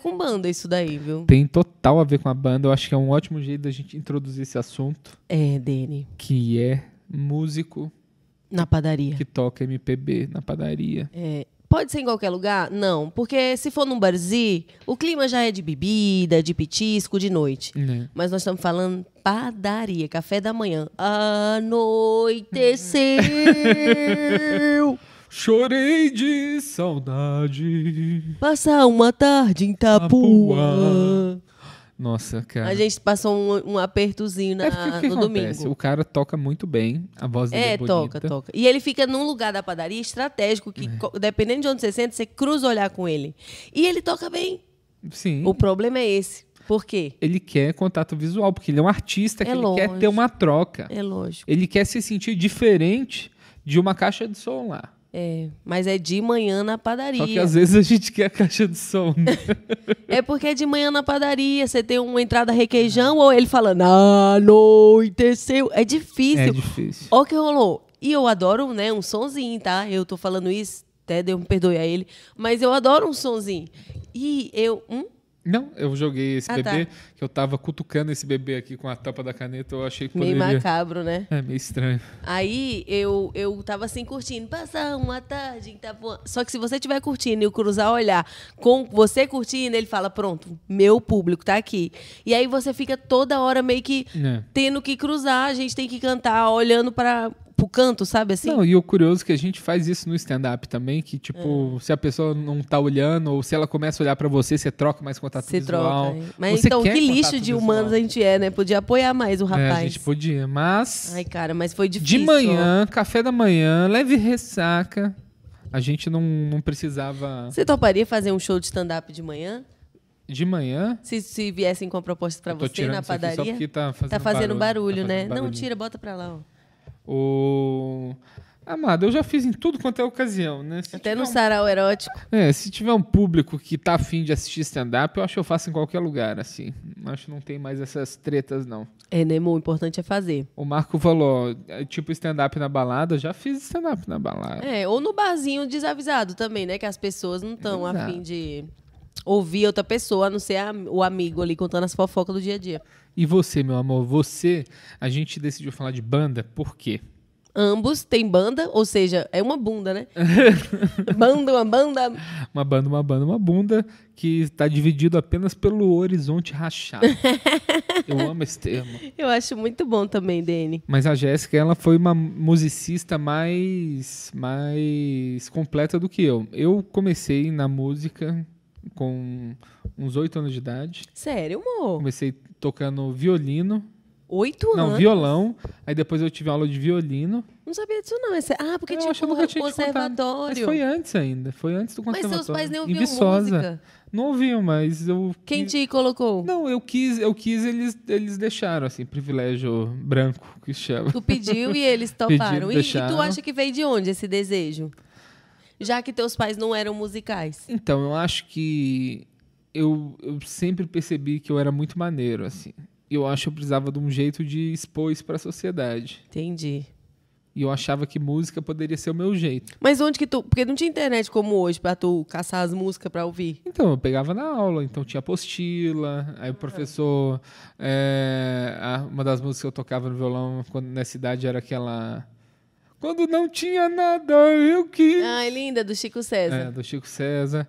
S2: né? Nossa, cara.
S3: A gente passou um, um apertozinho na-
S2: é porque o que
S3: no
S2: acontece?
S3: domingo.
S2: O cara toca muito bem, a voz dele é,
S3: É, toca,
S2: bonita.
S3: toca. E ele fica num lugar da padaria estratégico que,
S2: É.
S3: co- dependendo de onde você senta, você cruza o olhar com ele. E ele toca bem.
S2: Sim.
S3: O problema é esse. Por quê?
S2: Ele quer contato visual, porque ele é um artista que
S3: É
S2: ele quer
S3: longe.
S2: ter uma troca.
S3: É lógico.
S2: Ele quer se sentir diferente de uma caixa de som lá.
S3: É, mas é de manhã na
S2: Só que
S3: padaria.
S2: às vezes a gente quer a caixa de som. né?
S3: É porque é de manhã na padaria, você tem uma entrada requeijão
S2: Ah.
S3: ou ele falando, anoiteceu. É
S2: é
S3: difícil.
S2: difícil.
S3: Ó o que rolou. E eu adoro, né, um sonzinho, tá? Eu tô falando isso, até Deus me perdoe a ele, mas eu adoro um sonzinho. E eu, hum?
S2: Não, eu joguei esse
S3: Ah,
S2: bebê,
S3: tá.
S2: que eu tava cutucando esse bebê aqui com a tapa da caneta, eu achei que
S3: Meio
S2: poderia...
S3: macabro, né?
S2: É meio estranho.
S3: Aí eu, eu tava assim curtindo, passar uma tarde em Itapuã. Só que se você estiver curtindo e o cruzar olhar com você curtindo, ele fala: pronto, meu público tá aqui. E aí você fica toda hora meio que
S2: É.
S3: tendo que cruzar, a gente tem que cantar olhando para pro canto, sabe assim?
S2: Não, e o curioso é que a gente faz isso no stand-up também, que
S3: Ah.
S2: tipo, se a pessoa não tá olhando, ou se ela começa a olhar pra você, você troca mais contato
S3: Você
S2: visual.
S3: troca. hein? Mas
S2: Você
S3: então,
S2: quer
S3: que lixo
S2: contato
S3: de
S2: visual.
S3: humanos a gente é, né? Podia apoiar mais o
S2: É,
S3: rapaz.
S2: a gente podia, mas
S3: Ai, cara, mas foi difícil.
S2: de manhã, café da manhã, leve ressaca, a gente não, não precisava...
S3: Você toparia fazer um show de stand-up de manhã?
S2: De manhã...
S3: Se, se viessem com a proposta pra
S2: eu tô
S3: você
S2: tirando
S3: na
S2: isso aqui
S3: padaria?
S2: só porque tá fazendo,
S3: Tá fazendo barulho,
S2: tá
S3: né?
S2: fazendo
S3: não,
S2: barulhinho.
S3: tira, bota pra lá, ó.
S2: O... Amado, eu já fiz em tudo quanto é ocasião, né? Se
S3: Até
S2: tiver
S3: no
S2: um...
S3: sarau erótico.
S2: É, se tiver um público que tá afim de assistir stand-up, eu acho que eu faço em qualquer lugar, assim. Acho que não tem mais essas tretas, não.
S3: É, né, amor? O importante é fazer.
S2: O Marco falou, ó, é tipo stand-up na balada, eu já fiz stand-up na balada.
S3: É, ou no barzinho desavisado também, né? Que as pessoas não estão
S2: Exato.
S3: afim de ouvir outra pessoa, a não ser a- o amigo ali contando as fofocas do dia a dia.
S2: E você, meu amor, você, a gente decidiu falar de banda, por quê?
S3: Ambos têm banda, ou seja, é uma bunda, né? banda, uma banda.
S2: Uma banda, uma banda, uma bunda, que está dividido apenas pelo horizonte rachado. eu amo esse termo.
S3: Eu acho muito bom também, Dene.
S2: Mas a Jéssica, ela foi uma musicista mais, mais completa do que eu. Eu comecei na música com uns oito anos de idade.
S3: Sério, amor?
S2: Comecei tocando violino,
S3: Oito anos?
S2: não, violão. Aí depois eu tive aula de violino.
S3: Não sabia disso, não. É sé- Ah, porque
S2: Eu
S3: tinha
S2: acho que eu
S3: um
S2: nunca tinha te Mas
S3: conservatório.
S2: foi antes ainda, foi antes do
S3: Mas
S2: conservatório.
S3: seus pais nem
S2: Em
S3: ouviam
S2: Viçosa.
S3: música.
S2: Não ouviam, mas eu...
S3: Quem te colocou?
S2: Não, eu quis, eu quis, eles, eles deixaram, assim, privilégio branco, que chama.
S3: Tu pediu e eles toparam.
S2: Pediram,
S3: E- e,
S2: deixaram.
S3: tu acha que veio de onde esse desejo? Já que teus pais não eram musicais.
S2: Então, eu acho que eu, eu sempre percebi que eu era muito maneiro, assim. E Eu acho que eu precisava de um jeito de expor isso pra sociedade.
S3: Entendi.
S2: E eu achava que música poderia ser o meu jeito.
S3: Mas onde que tu. Porque não tinha internet como hoje pra tu caçar as músicas pra ouvir.
S2: Então, eu pegava na aula, então tinha apostila, aí o professor. é, a- uma das músicas que eu tocava no violão quando, nessa idade era aquela. Quando não tinha nada, eu quis.
S3: Ai, linda, do Chico
S2: É,
S3: César.
S2: do Chico César.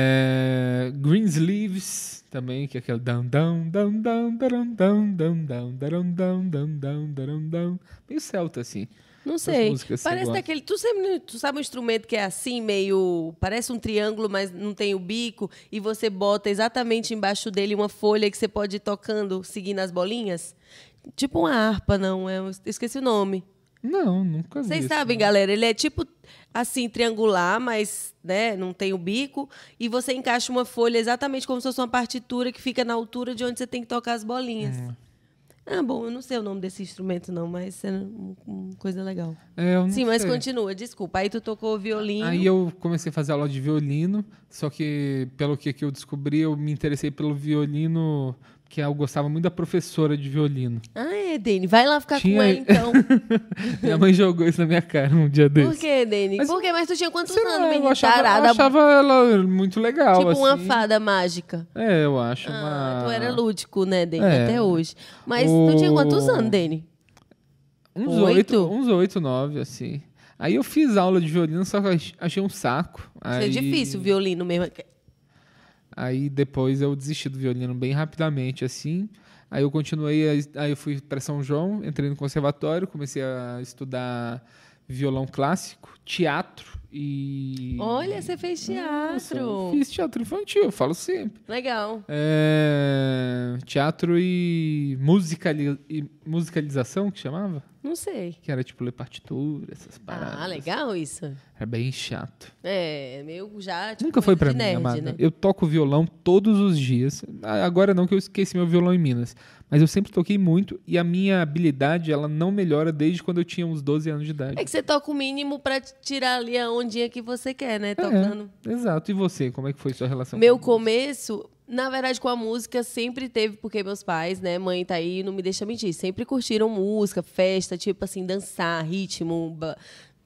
S2: É, Greensleeves também, que é aquele dão, dão, dão, dão, dão, dão, dão, dão, dão, dão, dão, dão, dão, dão. Meio celta, assim.
S3: Não
S2: Essas
S3: sei.
S2: músicas você
S3: Parece
S2: gosta.
S3: daquele. Tu sabe, tu sabe um instrumento que é assim, meio. Parece um triângulo, mas não tem o bico. E você bota exatamente embaixo dele uma folha que você pode ir tocando, seguindo as bolinhas? Tipo uma harpa, não. É, um- eu esqueci o nome.
S2: Não, nunca vi.
S3: Vocês
S2: isso.
S3: sabem, galera, ele é tipo assim, triangular, mas né, não tem o bico. E você encaixa uma folha exatamente como se fosse uma partitura que fica na altura de onde você tem que tocar as bolinhas.
S2: É.
S3: Ah, bom, eu não sei o nome desse instrumento, não, mas é um- uma coisa legal.
S2: É, eu não
S3: Sim, mas
S2: sei.
S3: continua, desculpa. Aí tu tocou o violino.
S2: Aí eu comecei a fazer aula de violino, só que pelo que, que eu descobri, eu me interessei pelo violino, porque eu gostava muito da professora de violino.
S3: Ah, é, Dene, vai lá ficar com
S2: Tinha-
S3: ela então.
S2: Minha mãe jogou isso na minha cara um dia
S3: Por
S2: desse.
S3: quê, Dene?
S2: Mas-
S3: Por quê? Mas tu tinha quantos
S2: Sei lá,
S3: anos,
S2: eu
S3: menina?
S2: achava, eu
S3: Tarada,
S2: achava ela muito legal.
S3: tipo uma
S2: assim.
S3: fada mágica.
S2: É, eu acho
S3: Ah,
S2: uma.
S3: tu era lúdico, né, Dene,
S2: É.
S3: até hoje. Mas
S2: O-
S3: tu tinha quantos anos, Dene?
S2: Uns
S3: Oito?
S2: oito, uns oito, nove, assim. Aí eu fiz aula de violino, só que eu ach- achei um saco.
S3: Isso
S2: aí,
S3: é difícil, violino mesmo.
S2: Aí depois eu desisti do violino bem rapidamente, assim. Aí eu continuei, aí- aí eu fui para São João, entrei no conservatório, comecei a estudar violão clássico, teatro. E.
S3: Olha, você fez
S2: Nossa,
S3: teatro.
S2: Fiz teatro infantil, eu falo sempre.
S3: Legal.
S2: É, Teatro e, musicali- e musicalização, que chamava?
S3: Não sei.
S2: Que era tipo ler partitura, essas paradas.
S3: Ah, legal isso.
S2: Era bem chato.
S3: É, meio já. Tipo,
S2: Nunca foi
S3: coisa
S2: pra
S3: de
S2: mim,
S3: nerd,
S2: amada.
S3: né?
S2: Eu toco violão todos os dias. A- Agora não que eu esqueci meu violão em Minas, mas eu sempre toquei muito e a minha habilidade ela não melhora desde quando eu tinha uns 12 anos de idade.
S3: É que você toca o mínimo pra tirar ali a ondinha que você quer,
S2: É,
S3: né? Tocando.
S2: Exato. E você, como é que foi sua relação?
S3: Meu começo, na verdade, com a música sempre teve, porque meus pais, né, mãe tá aí, não me deixa mentir, sempre curtiram música, festa, tipo assim, dançar, ritmo. ba-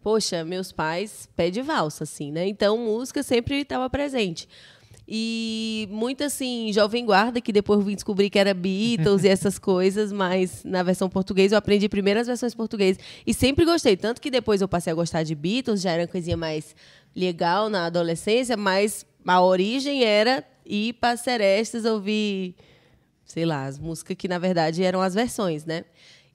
S3: Poxa, meus pais pé de valsa, assim, né? Então, música sempre estava presente. E muito assim, Jovem Guarda, que depois eu vim descobrir que era Beatles e essas coisas, mas na versão portuguesa eu aprendi primeiro as versões portuguesas. E sempre gostei, tanto que depois eu passei a gostar de Beatles, já era uma coisinha mais legal na adolescência, mas a origem era ir para Serestas ouvir, sei lá, as músicas que na verdade eram as versões, né?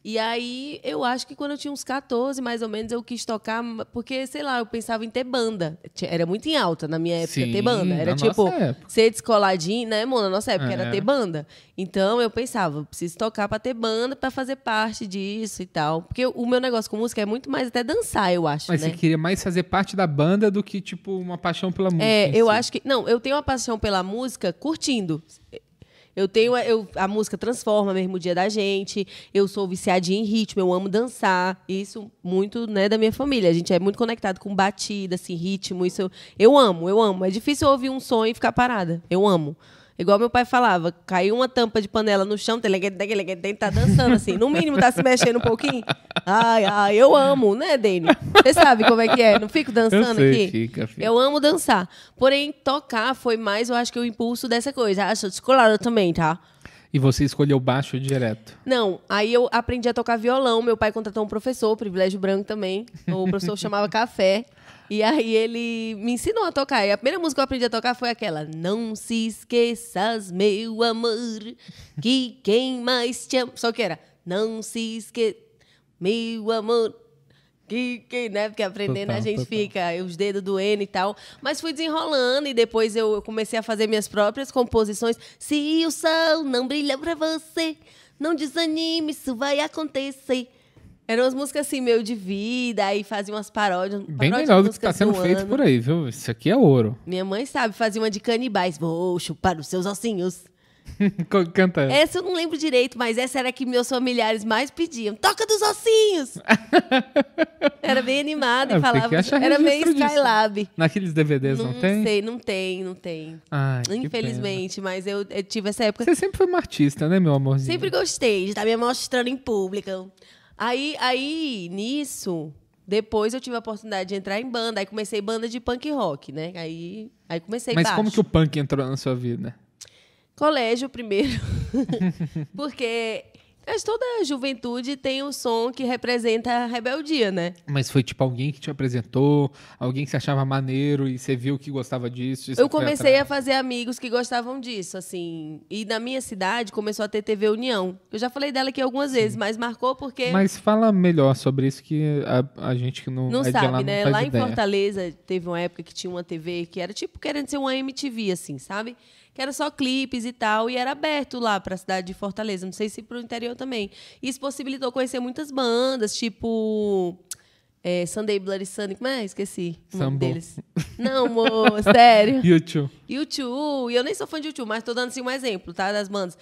S3: E aí, eu acho que quando eu tinha uns 14, mais ou menos, eu quis tocar, porque, sei lá, eu pensava em ter banda. Era muito em alta na minha época
S2: Sim,
S3: ter banda.
S2: na
S3: Era
S2: nossa
S3: tipo,
S2: época.
S3: ser descoladinho, né, amor? Na nossa época
S2: É.
S3: era ter banda. Então eu pensava, preciso tocar pra ter banda, pra fazer parte disso e tal. Porque o meu negócio com música é muito mais até dançar, eu acho,
S2: Mas
S3: né?
S2: você queria mais fazer parte da banda do que, tipo, uma paixão pela música.
S3: É,
S2: em
S3: eu
S2: si.
S3: acho que. Não, eu tenho uma paixão pela música curtindo. Eu tenho. a- Eu, a música transforma mesmo o dia da gente. Eu sou viciadinha em ritmo, eu amo dançar. Isso muito, né, da minha família. A gente é muito conectado com batida, assim, ritmo. Isso eu, eu amo, eu amo. É difícil eu ouvir um som e ficar parada. Eu amo. Igual meu pai falava, caiu uma tampa de panela no chão, tem tá dançando assim. No mínimo, tá se mexendo um pouquinho. Ai, ai, eu amo, né, Dani? Você sabe como é que é? Não fico dançando
S2: Eu sei,
S3: aqui?
S2: fica, fica.
S3: Eu amo dançar. Porém, tocar foi mais, eu acho que o impulso dessa coisa. Ah, sou descolada também, tá?
S2: E você escolheu baixo direto.
S3: Não, aí eu aprendi a tocar violão. Meu pai contratou um professor, privilégio branco também. O professor chamava Café. E aí ele me ensinou a tocar. E a primeira música que eu aprendi a tocar foi aquela. Não se esqueças, meu amor, que quem mais te ama. Só que era. Não se esqueça, meu amor, que, que, né? Porque aprendendo
S2: Total,
S3: a gente
S2: total.
S3: fica é, os dedos doendo e tal. Mas fui desenrolando e depois eu, eu comecei a fazer minhas próprias composições. Se o sol não brilha pra você, não desanime, isso vai acontecer. Eram umas músicas assim, meio de vida, aí fazia umas paródias.
S2: Bem
S3: paródia
S2: legal
S3: de
S2: do que tá
S3: músicas
S2: sendo
S3: do
S2: feito
S3: ano.
S2: por aí, viu? Isso aqui é ouro.
S3: Minha mãe sabe, fazia uma de canibais. Vou chupar os seus ossinhos.
S2: Canta essa.
S3: Essa eu não lembro direito, mas essa era a que meus familiares mais pediam. Toca dos ossinhos! era bem animada
S2: Ah,
S3: e
S2: tem
S3: falava. assim.
S2: que achar
S3: Era meio
S2: registro disso.
S3: Skylab.
S2: Naqueles DVDs não,
S3: Não,
S2: tem?
S3: sei, não tem, não tem.
S2: Ai, que
S3: Infelizmente, mas eu, eu tive essa época.
S2: pena. Você sempre foi uma artista, né, meu amorzinho?
S3: Sempre gostei de estar me mostrando em público. Aí, aí, nisso, depois eu tive a oportunidade de entrar em banda. Aí comecei banda de punk rock, né? Aí, aí comecei
S2: Mas
S3: baixo.
S2: como que o punk entrou na sua vida?
S3: Colégio primeiro. Porque acho que toda juventude tem um som que representa a rebeldia, né?
S2: Mas foi tipo alguém que te apresentou, alguém que você achava maneiro e você viu que gostava disso. e você
S3: Eu
S2: foi
S3: comecei a
S2: atrás.
S3: fazer amigos que gostavam disso, assim. E na minha cidade começou a ter TV União. Eu já falei dela aqui algumas vezes, mas marcou porque
S2: Mas fala melhor sobre isso que a, a gente que não,
S3: não
S2: é de
S3: sabe,
S2: lá, não
S3: né?
S2: faz
S3: Lá em
S2: ideia.
S3: Fortaleza teve uma época que tinha uma TV que era tipo querendo ser uma MTV, assim, sabe? Que era só clipes e tal, e era aberto lá pra cidade de Fortaleza. Não sei se pro interior também. Isso possibilitou conhecer muitas bandas, tipo. é, Sunday Bloody Sunday, como é? Esqueci o nome
S2: Sambo.
S3: deles. Não, amor, sério.
S2: YouTube.
S3: YouTube, e eu nem sou fã de YouTube, mas tô dando assim um exemplo, tá? Das bandas.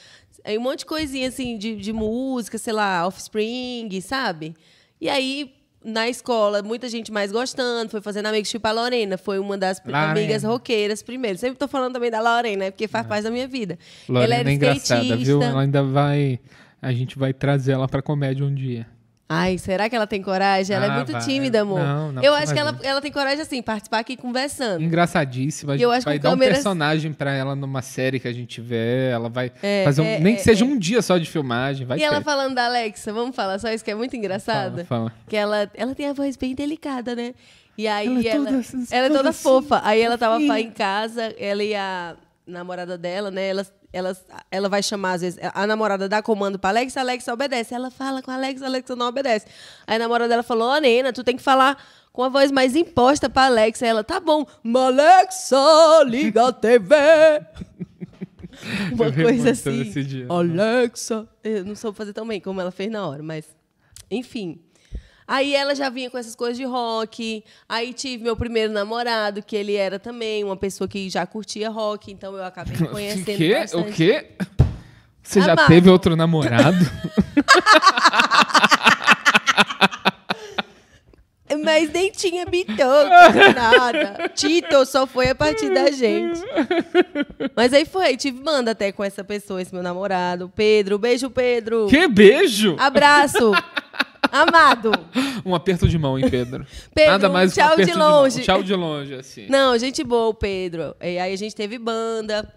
S3: Aí um monte de coisinha assim de, de música, sei lá, offspring, sabe? E aí, na escola, muita gente mais gostando, foi fazendo amigos, tipo a Lorena, foi uma das pri-
S2: Lorena. É.
S3: amigas roqueiras primeiro. Sempre tô falando também da Lorena, né? Porque faz parte da minha vida.
S2: Lorena
S3: Ela era
S2: é engraçada, viu?
S3: skatista.
S2: Ela ainda vai. A gente vai trazer ela pra comédia um dia.
S3: Ai, será que ela tem coragem? Ela
S2: Ah,
S3: é muito
S2: vai.
S3: tímida, amor.
S2: Não, não,
S3: eu
S2: você
S3: acho
S2: vai
S3: que ela,
S2: ver. Hum,
S3: ela tem coragem, assim, participar aqui conversando.
S2: Engraçadíssima. A
S3: E
S2: gente
S3: eu acho que
S2: vai
S3: com
S2: dar um
S3: câmeras-
S2: personagem pra ela numa série que a gente vê. Ela vai
S3: É,
S2: fazer um.
S3: é,
S2: nem que
S3: é,
S2: seja um dia só de filmagem. Vai
S3: e ela
S2: ter.
S3: falando da Alexa, vamos falar só isso que é muito engraçado?
S2: Fala, fala.
S3: Que ela, ela tem a voz bem delicada, né? E aí
S2: Ela
S3: ela,
S2: é toda assim,
S3: ela é toda
S2: toda assim,
S3: fofa. Aí ela tava
S2: fofinha.
S3: fa- em casa, ela e a namorada dela, né? Elas ela, ela vai chamar, às vezes, a namorada dá comando pra Alexa, a Alexa obedece. Ela fala com a Alexa, a Alexa não obedece. Aí a namorada dela falou, ô Nena, tu tem que falar com a voz mais imposta pra Alexa. Aí ela, tá bom, Alexa, liga a TV. Uma
S2: Eu ri
S3: coisa
S2: muito
S3: assim.
S2: desse dia.
S3: Alexa. Eu não soube fazer tão bem como ela fez na hora, mas. Enfim. Aí ela já vinha com essas coisas de rock. Aí tive meu primeiro namorado, que ele era também uma pessoa que já curtia rock, então eu acabei conhecendo.
S2: quê?
S3: bastante.
S2: O quê? Você já
S3: Amado.
S2: teve outro namorado?
S3: Mas nem tinha bitoca, nada. Tito só foi a partir da gente. Mas aí foi, tive manda até com essa pessoa, esse meu namorado. Pedro, beijo, Pedro.
S2: que beijo!
S3: Abraço. Amado.
S2: Um aperto de mão, hein, Pedro?
S3: Pedro,
S2: Nada mais que um
S3: tchau de
S2: aperto de mão.
S3: longe.
S2: Tchau de longe, assim.
S3: Não, gente boa, o Pedro. E aí a gente teve banda.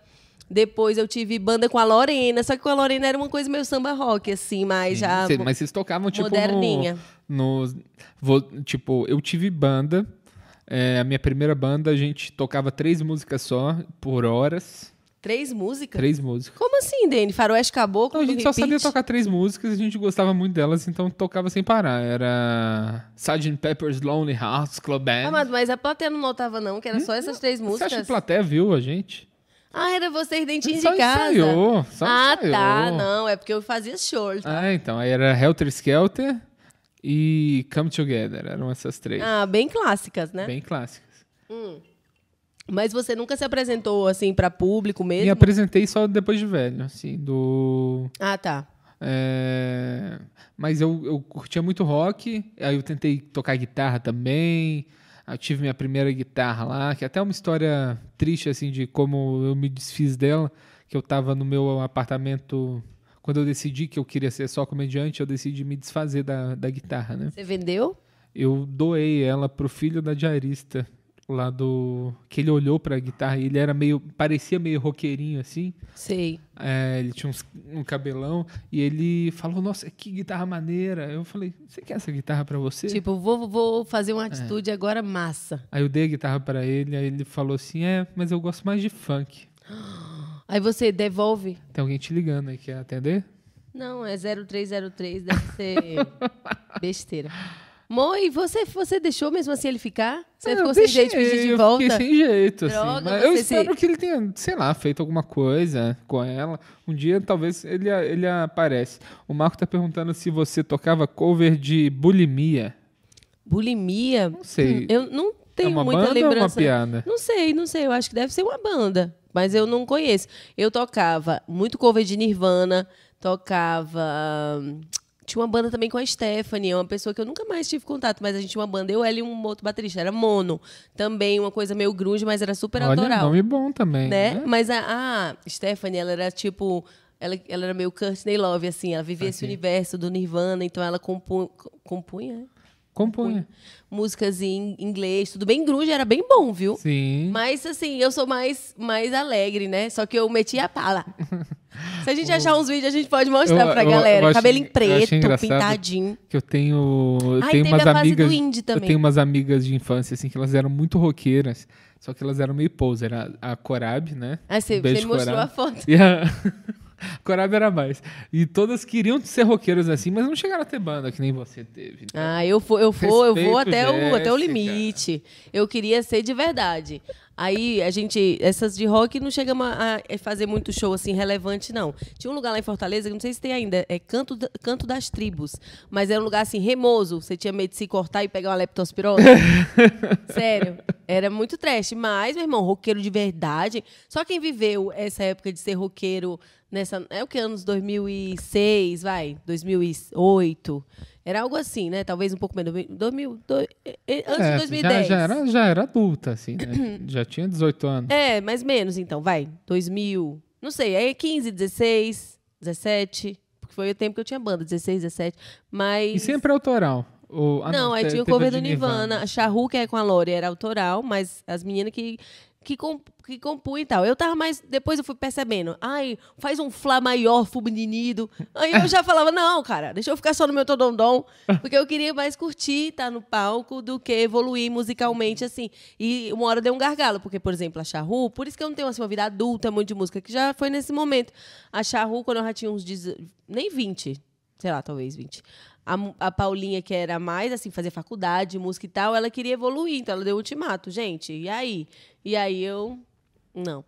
S3: Depois eu tive banda com a Lorena, só que com a Lorena era uma coisa meio samba rock, assim, mas já.
S2: Cê- mas vocês tocavam, tipo,
S3: Moderninha.
S2: no... no vo- tipo, eu tive banda. é, a minha primeira banda, a gente tocava três músicas só, por horas.
S3: Três músicas?
S2: Três músicas.
S3: Como assim, Dani? Faroeste Caboclo?
S2: Então, a gente
S3: do
S2: só
S3: repeat?
S2: sabia tocar três músicas, a gente gostava muito delas, então tocava sem parar. Era Sgt. Pepper's Lonely Hearts Club Band.
S3: Ah, mas, mas a plateia não notava, não, que era só essas três
S2: Hum? Você acha que a
S3: músicas.
S2: plateia viu a gente?
S3: Ah, era vocês dentinhos
S2: só
S3: de casa.
S2: ensaiou, só
S3: ah,
S2: ensaiou.
S3: tá. Não, é porque eu fazia short.
S2: Ah, então, aí era Helter Skelter e Come Together, eram essas três.
S3: Ah, bem clássicas, né?
S2: Bem clássicas.
S3: Mas você nunca se apresentou assim pra público mesmo?
S2: Me apresentei só depois de velho, assim, do...
S3: Ah, tá.
S2: é, Mas eu, eu curtia muito rock, aí eu tentei tocar guitarra também, aí eu tive minha primeira guitarra lá, que até é uma história triste, assim, de como eu me desfiz dela, que eu tava no meu apartamento... Quando eu decidi que eu queria ser só comediante, eu decidi me desfazer da, da guitarra, né?
S3: Você vendeu?
S2: eu doei ela pro filho da diarista lá do que ele olhou pra guitarra e ele era meio parecia meio roqueirinho assim
S3: Sei.
S2: É, ele tinha uns- um cabelão e ele falou nossa que guitarra maneira eu falei você quer essa guitarra pra você
S3: Tipo, vou, vou fazer
S2: É.
S3: uma atitude agora massa.
S2: aí eu dei a guitarra pra ele aí ele falou assim é mas eu gosto mais de funk
S3: Aí você devolve.
S2: tem alguém te ligando aí quer atender
S3: Não, é 0303, deve ser besteira. Moi, você, você deixou mesmo assim ele ficar? Você
S2: Ah, eu
S3: ficou sem jeito de
S2: deixei,
S3: pedir de
S2: eu
S3: volta?
S2: Fiquei sem jeito, assim.
S3: Droga,
S2: mas eu
S3: você se-
S2: espero que ele tenha, sei lá, feito alguma coisa com ela. Um dia talvez ele, ele aparece. O Marco tá perguntando se você tocava cover de bulimia.
S3: Bulimia?
S2: Não sei.
S3: Hum, Eu não tenho
S2: é uma
S3: muita
S2: banda ou uma
S3: lembrança.
S2: piada?
S3: Não sei, não sei. Eu acho que deve ser uma banda, mas eu não conheço. Eu tocava muito cover de Nirvana, tocava. hum, Tinha uma banda também com a Stephanie, é uma pessoa que eu nunca mais tive contato, mas a gente tinha uma banda, eu, ela e um outro baterista, era mono. Também uma coisa meio grunge, mas era super
S2: Olha,
S3: autoral.
S2: nome bom também.
S3: né?
S2: né?
S3: Mas a, a Stephanie, ela era tipo. Ela, ela era meio Courtney Love, assim. Ela vivia esse
S2: Ok.
S3: universo do Nirvana, então ela compu, compunha né?
S2: Compunha.
S3: músicas em inglês, tudo bem grunge, era bem bom, viu?
S2: Sim.
S3: Mas assim, eu sou mais, mais alegre, né? Só que eu meti a pala. Se a gente achar uns vídeos, a gente pode mostrar
S2: Eu-
S3: pra
S2: eu-
S3: galera.
S2: eu acho-
S3: Cabelo em
S2: eu acho
S3: preto,
S2: engraçado.
S3: pintadinho.
S2: Que eu tenho. Eu
S3: Ai,
S2: tenho
S3: teve
S2: umas
S3: a fase
S2: amigas.
S3: do indie
S2: eu
S3: também.
S2: tenho umas amigas de infância, assim, que elas eram muito roqueiras. Só que elas eram meio poser. A, a Corab, né?
S3: Aí Ah, você,
S2: Beijo,
S3: você me mostrou
S2: Corab.
S3: a foto.
S2: E a... Corab era mais. E todas queriam ser roqueiras assim, mas não chegaram a ter banda que nem você teve. né?
S3: Ah, eu vou, eu vou, eu vou
S2: Respeito,
S3: até o, até o
S2: Jéssica.
S3: limite. Eu queria ser de verdade. Aí a gente, essas de rock, não chegamos a, a fazer muito show assim relevante, não. Tinha um lugar lá em Fortaleza, que não sei se tem ainda, é Canto, da- Canto das Tribos. Mas era um lugar assim, remoso. Você tinha medo de se cortar e pegar uma leptospirose. Sério. Era muito trash. Mas, meu irmão, roqueiro de verdade. Só quem viveu essa época de ser roqueiro nessa. É o que? Anos 2006, vai? 2008. Era algo assim, né? Talvez um pouco menos. 2000, do- eh, eh, antes
S2: É,
S3: de 2010.
S2: Já, já era, já era adulta, assim, né? já tinha 18 anos.
S3: É, mais menos então, vai. 2000. Não sei, aí 15, 16, 17. Porque foi o tempo que eu tinha banda, 16, 17. Mas.
S2: E sempre autoral. O... ah,
S3: É não, aí
S2: te-
S3: tinha o
S2: teve a
S3: cover
S2: de
S3: do Nirvana. A Charru, que é com a Lore, era autoral, mas as meninas que, que, com, que compunha e tal. Eu tava mais. Depois eu fui percebendo. Ai, faz um Flá maior, Fubininido. Aí eu já falava, não, cara, deixa eu ficar só no meu Todondom. Porque eu queria mais curtir estar no palco do que evoluir musicalmente, assim. E uma hora deu um gargalo, porque, por exemplo, a Charru, por isso que eu não tenho assim, uma vida adulta, muito de música, que já foi nesse momento. A Charru, quando eu já tinha uns. 10 nem 20, sei lá, talvez 20. A, Mu- a Paulinha, que era mais assim, fazer faculdade, música e tal, ela queria evoluir, então ela deu ultimato, gente. E aí? E aí eu. Não.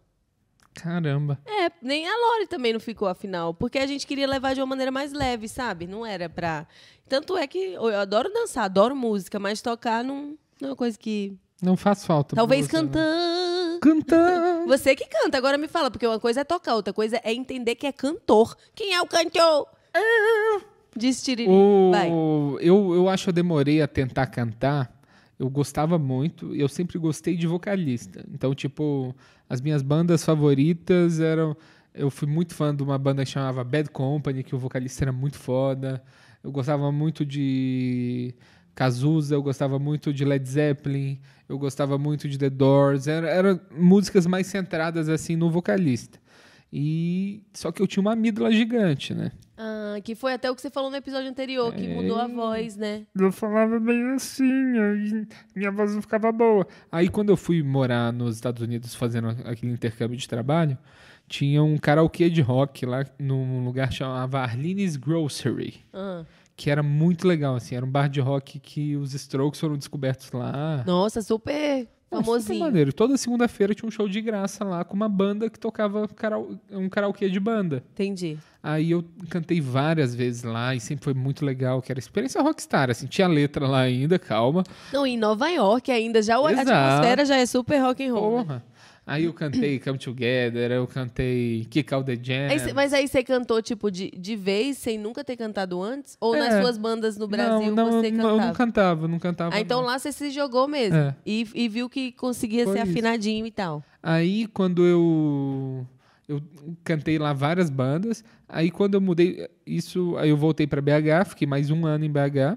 S2: Caramba.
S3: É, nem a Lore também não ficou afinal, porque a gente queria levar de uma maneira mais leve, sabe? Não era pra. Tanto é que eu eu adoro dançar, adoro música, mas tocar não, não é uma coisa que.
S2: Não faz falta. pra
S3: Talvez
S2: você, né?
S3: cantando.
S2: Cantando.
S3: Você que canta, agora me fala, porque uma coisa é tocar, outra coisa é entender que é cantor. Quem é o cantor? Ah, Diz Tiriri.
S2: O-
S3: Vai.
S2: Eu, eu acho que eu demorei a tentar cantar. Eu gostava muito. Eu sempre gostei de vocalista. Então, tipo, as minhas bandas favoritas eram. Eu fui muito fã de uma banda que chamava Bad Company, que o vocalista era muito foda. Eu gostava muito de Cazuza, eu gostava muito de Led Zeppelin, eu gostava muito de The Doors. Era- Eram músicas mais centradas assim no vocalista. E só que eu tinha uma amígdala gigante, né?
S3: Ah, que foi até o que você falou no episódio anterior, que
S2: É.
S3: mudou a voz, né?
S2: Eu falava bem assim, aí minha voz não ficava boa. Aí quando eu fui morar nos Estados Unidos fazendo aquele intercâmbio de trabalho, tinha um karaokê de rock lá num lugar que chamava Arline's Grocery,
S3: Ah.
S2: que era muito legal, assim, era um bar de rock que os Strokes foram descobertos lá.
S3: Nossa, super
S2: Não, super
S3: famosinho.
S2: maneiro. Toda segunda-feira tinha um show de graça lá com uma banda que tocava karau- um karaokê de banda.
S3: Entendi.
S2: Aí eu cantei várias vezes lá e sempre foi muito legal, que era experiência rockstar, assim, tinha letra lá ainda, calma.
S3: Não, em Nova York ainda, já o- a
S2: Exato.
S3: atmosfera já é super rock and roll. né?
S2: Porra. Aí eu cantei Come Together, eu cantei Kick Out the Jam.
S3: Aí cê- mas aí você cantou, tipo, de, de vez, sem nunca ter cantado antes? Ou
S2: É.
S3: nas suas bandas no Brasil
S2: não, não,
S3: você
S2: não,
S3: cantava?
S2: eu não cantava, não cantava.
S3: ah, então
S2: não.
S3: lá você se jogou mesmo.
S2: É.
S3: E, e viu que conseguia
S2: Foi
S3: ser
S2: isso.
S3: afinadinho e tal.
S2: Aí quando eu eu cantei lá várias bandas, aí quando eu mudei isso, aí eu voltei pra BH, fiquei mais um ano em BH.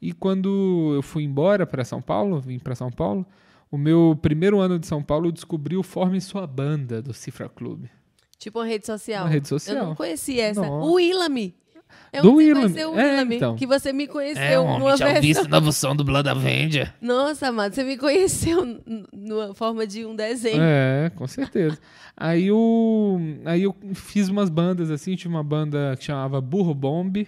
S2: E quando eu fui embora pra São Paulo, vim pra São Paulo, o meu primeiro ano de São Paulo eu descobri o Forme Sua Banda do Cifra Clube.
S3: Tipo uma rede social.
S2: Uma rede social.
S3: Eu não conhecia essa.
S2: Nossa.
S3: O Willami. É
S2: Do
S3: onde você
S2: Willami.
S3: conheceu o
S2: É,
S3: Willami.
S2: então.
S3: Que você me conheceu numa versão...
S2: novo som do Blood Avenger.
S3: Nossa, amado, você me conheceu n- numa forma de um desenho.
S2: É, com certeza. aí, eu, aí eu fiz umas bandas assim, tinha uma banda que chamava Burro Bomb.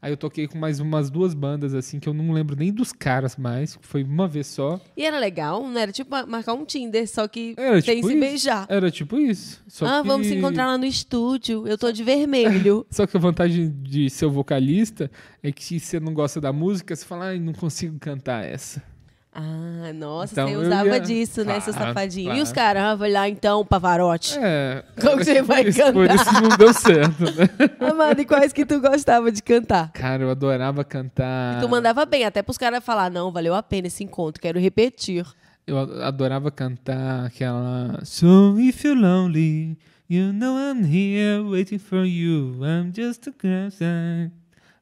S2: Aí eu toquei com mais umas duas bandas assim, que eu não lembro nem dos caras mais, foi uma vez só.
S3: E era legal, não era tipo ma- marcar um Tinder, só que
S2: Era
S3: sem
S2: tipo
S3: se
S2: isso.
S3: beijar.
S2: Era tipo isso. Só
S3: Tá. ah,
S2: que-
S3: vamos se encontrar lá no estúdio. Eu tô de vermelho.
S2: Só que a vantagem de ser vocalista é que se você não gosta da música, você fala, ai, não consigo cantar essa.
S3: ah, nossa,
S2: Então,
S3: você
S2: eu
S3: usava
S2: ia-
S3: disso, né, seu
S2: Claro,
S3: safadinho? E
S2: claro.
S3: os caras, ah, vai lá então, Pavarotti.
S2: É.
S3: Como que você
S2: era
S3: vai
S2: por isso- Por
S3: cantar?
S2: isso não deu certo, né?
S3: Amado, e quais que tu gostava de cantar?
S2: Cara, eu adorava cantar.
S3: E tu mandava bem, até pros caras falar, não, valeu a pena esse encontro, quero repetir.
S2: Eu a- adorava cantar aquela So if you're lonely, you know I'm here waiting for you. I'm just a grandson.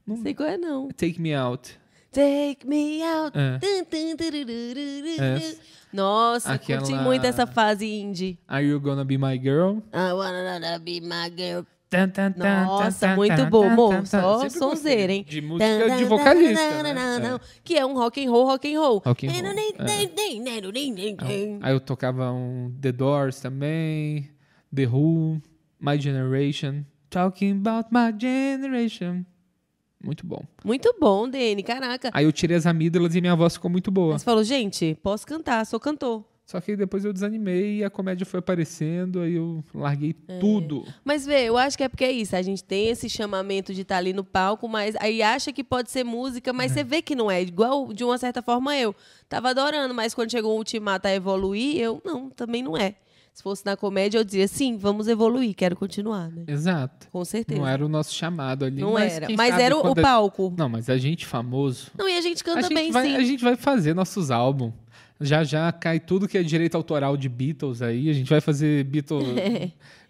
S3: Não sei qual é, não.
S2: Take me out.
S3: Take me out.
S2: É.
S3: Tum, tum, tururururu.
S2: Essa.
S3: Nossa, curti
S2: Aquela-
S3: muito essa fase indie.
S2: Are you gonna be my girl?
S3: I wanna be my girl.
S2: Tan, tan, tan,
S3: Nossa,
S2: tan, tan,
S3: muito
S2: tan,
S3: bom,
S2: tan,
S3: amor.
S2: tan, tan.
S3: Só
S2: Sempre gostei
S3: sonzeira, hein?
S2: De música de vocalista. né?
S3: Que é um rock and roll, rock and roll.
S2: Rock and É. Aí eu tocava um The Doors também, The Who, My Generation. Talking about my generation. Muito bom.
S3: Muito bom, Dene, caraca.
S2: Aí eu tirei as amígdalas e minha voz ficou muito boa.
S3: Você falou, gente, posso cantar, sou cantor.
S2: Só que depois eu desanimei e a comédia foi aparecendo, aí eu larguei
S3: É.
S2: tudo.
S3: Mas vê, eu acho que é porque é isso. A gente tem esse chamamento de estar ali no palco, mas aí acha que pode ser música, mas você vê que não é. Igual, de uma certa forma, eu. Tava adorando, mas quando chegou o ultimato a evoluir, eu, não, também não é. Se fosse na comédia, eu dizia, sim, vamos evoluir, quero continuar, né?
S2: Exato.
S3: Com certeza.
S2: Não era o nosso chamado ali.
S3: Não
S2: mas
S3: era.
S2: quem
S3: Mas
S2: sabe
S3: era o
S2: quando a-
S3: palco.
S2: Não, mas a gente famoso.
S3: Não, e a gente
S2: A
S3: canta
S2: gente,
S3: bem,
S2: vai,
S3: sim.
S2: a gente vai fazer nossos álbuns. Já já cai tudo que é direito autoral de Beatles aí. A gente vai fazer Beatles.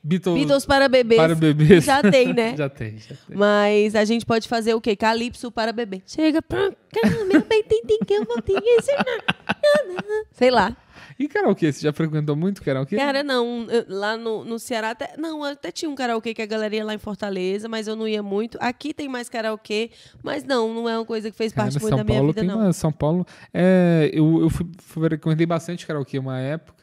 S2: Beatles,
S3: Beatles para bebês.
S2: para bebês.
S3: Já tem, né?
S2: já tem, já tem.
S3: Mas a gente pode fazer o quê? Calypso para bebê. Chega pra cá, meu bem, tem, tem que eu vou te ensinar. Sei lá.
S2: E karaokê, você já frequentou muito karaokê?
S3: Cara, não. eu- lá no, no Ceará, até, não, até tinha um karaokê que a galera ia lá em Fortaleza, mas eu não ia muito. Aqui tem mais karaokê, mas não, não é uma coisa que fez
S2: Cara,
S3: parte muito
S2: São
S3: da minha
S2: Paulo
S3: vida,
S2: tem
S3: não.
S2: uma- São Paulo. É, eu, eu fui, fui, frequentei bastante karaokê uma época.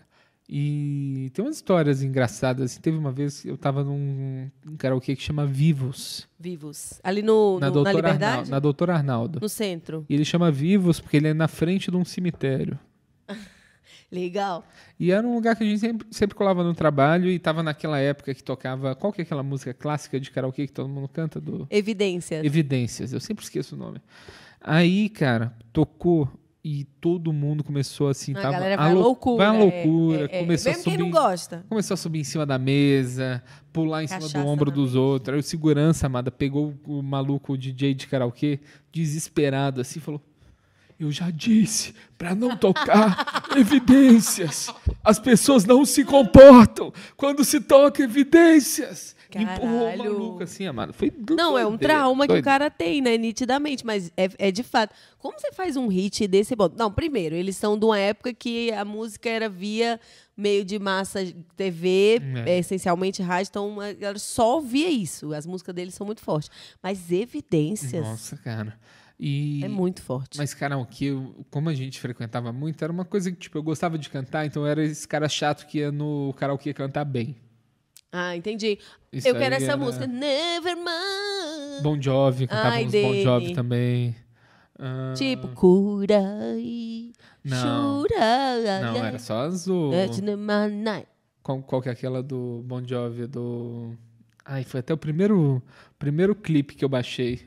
S2: E tem umas histórias engraçadas. assim. teve uma vez que eu tava num um karaokê que chama Vivos.
S3: Vivos. Ali no,
S2: na
S3: no- na
S2: Doutora
S3: Liberdade?
S2: Arnaldo. Na Doutora Arnaldo.
S3: No centro.
S2: E ele chama Vivos porque ele é na frente de um cemitério.
S3: Legal.
S2: E era um lugar que a gente sempre, sempre colava no trabalho e tava naquela época que tocava. Qual que é aquela música clássica de karaokê que todo mundo canta? Do...
S3: Evidências.
S2: Evidências, eu sempre esqueço o nome. Aí, cara, tocou e todo mundo começou assim,
S3: a
S2: tava
S3: galera
S2: a
S3: vai à
S2: lou-
S3: loucura.
S2: vai
S3: é,
S2: à loucura,
S3: é, é.
S2: começou
S3: Mesmo
S2: a subir.
S3: quem não gosta.
S2: Começou a subir em cima da mesa, pular em cima
S3: Cachaça
S2: do ombro
S3: na
S2: dos outros. Aí o segurança, amada, pegou o maluco, o DJ de karaokê, desesperado assim, falou: Eu já disse pra não tocar evidências. As pessoas não se comportam quando se toca evidências. Empurrou o
S3: Caralho.
S2: maluco assim, amada. Foi
S3: Não, é um
S2: doideira,
S3: trauma que o
S2: doideira.
S3: cara tem, né? Nitidamente, mas é, é de fato. Como você faz um hit desse bom? Não, primeiro, eles são de uma época que a música era via meio de massa TV,
S2: É.
S3: é, essencialmente rádio, então a galera só via isso. As músicas deles são muito fortes. Mas evidências
S2: Nossa, cara. E...
S3: é muito forte.
S2: Mas karaokê, eu- como a gente frequentava muito, era uma coisa que, tipo, eu gostava de cantar, então eu era esse cara chato que ia no karaokê cantar bem.
S3: Ah, entendi.
S2: Isso
S3: Eu quero
S2: aí
S3: essa
S2: era
S3: música. Nevermind.
S2: Bon Jovi, cantava
S3: Ai,
S2: uns Bon Jovi
S3: dele.
S2: também. Ah,
S3: Tipo, cura e
S2: Não.
S3: chura.
S2: Não, era só as o...
S3: That's my night.
S2: Qual, qual que é aquela do Bon Jovi, do... Ai, foi até o primeiro, primeiro clipe que eu baixei.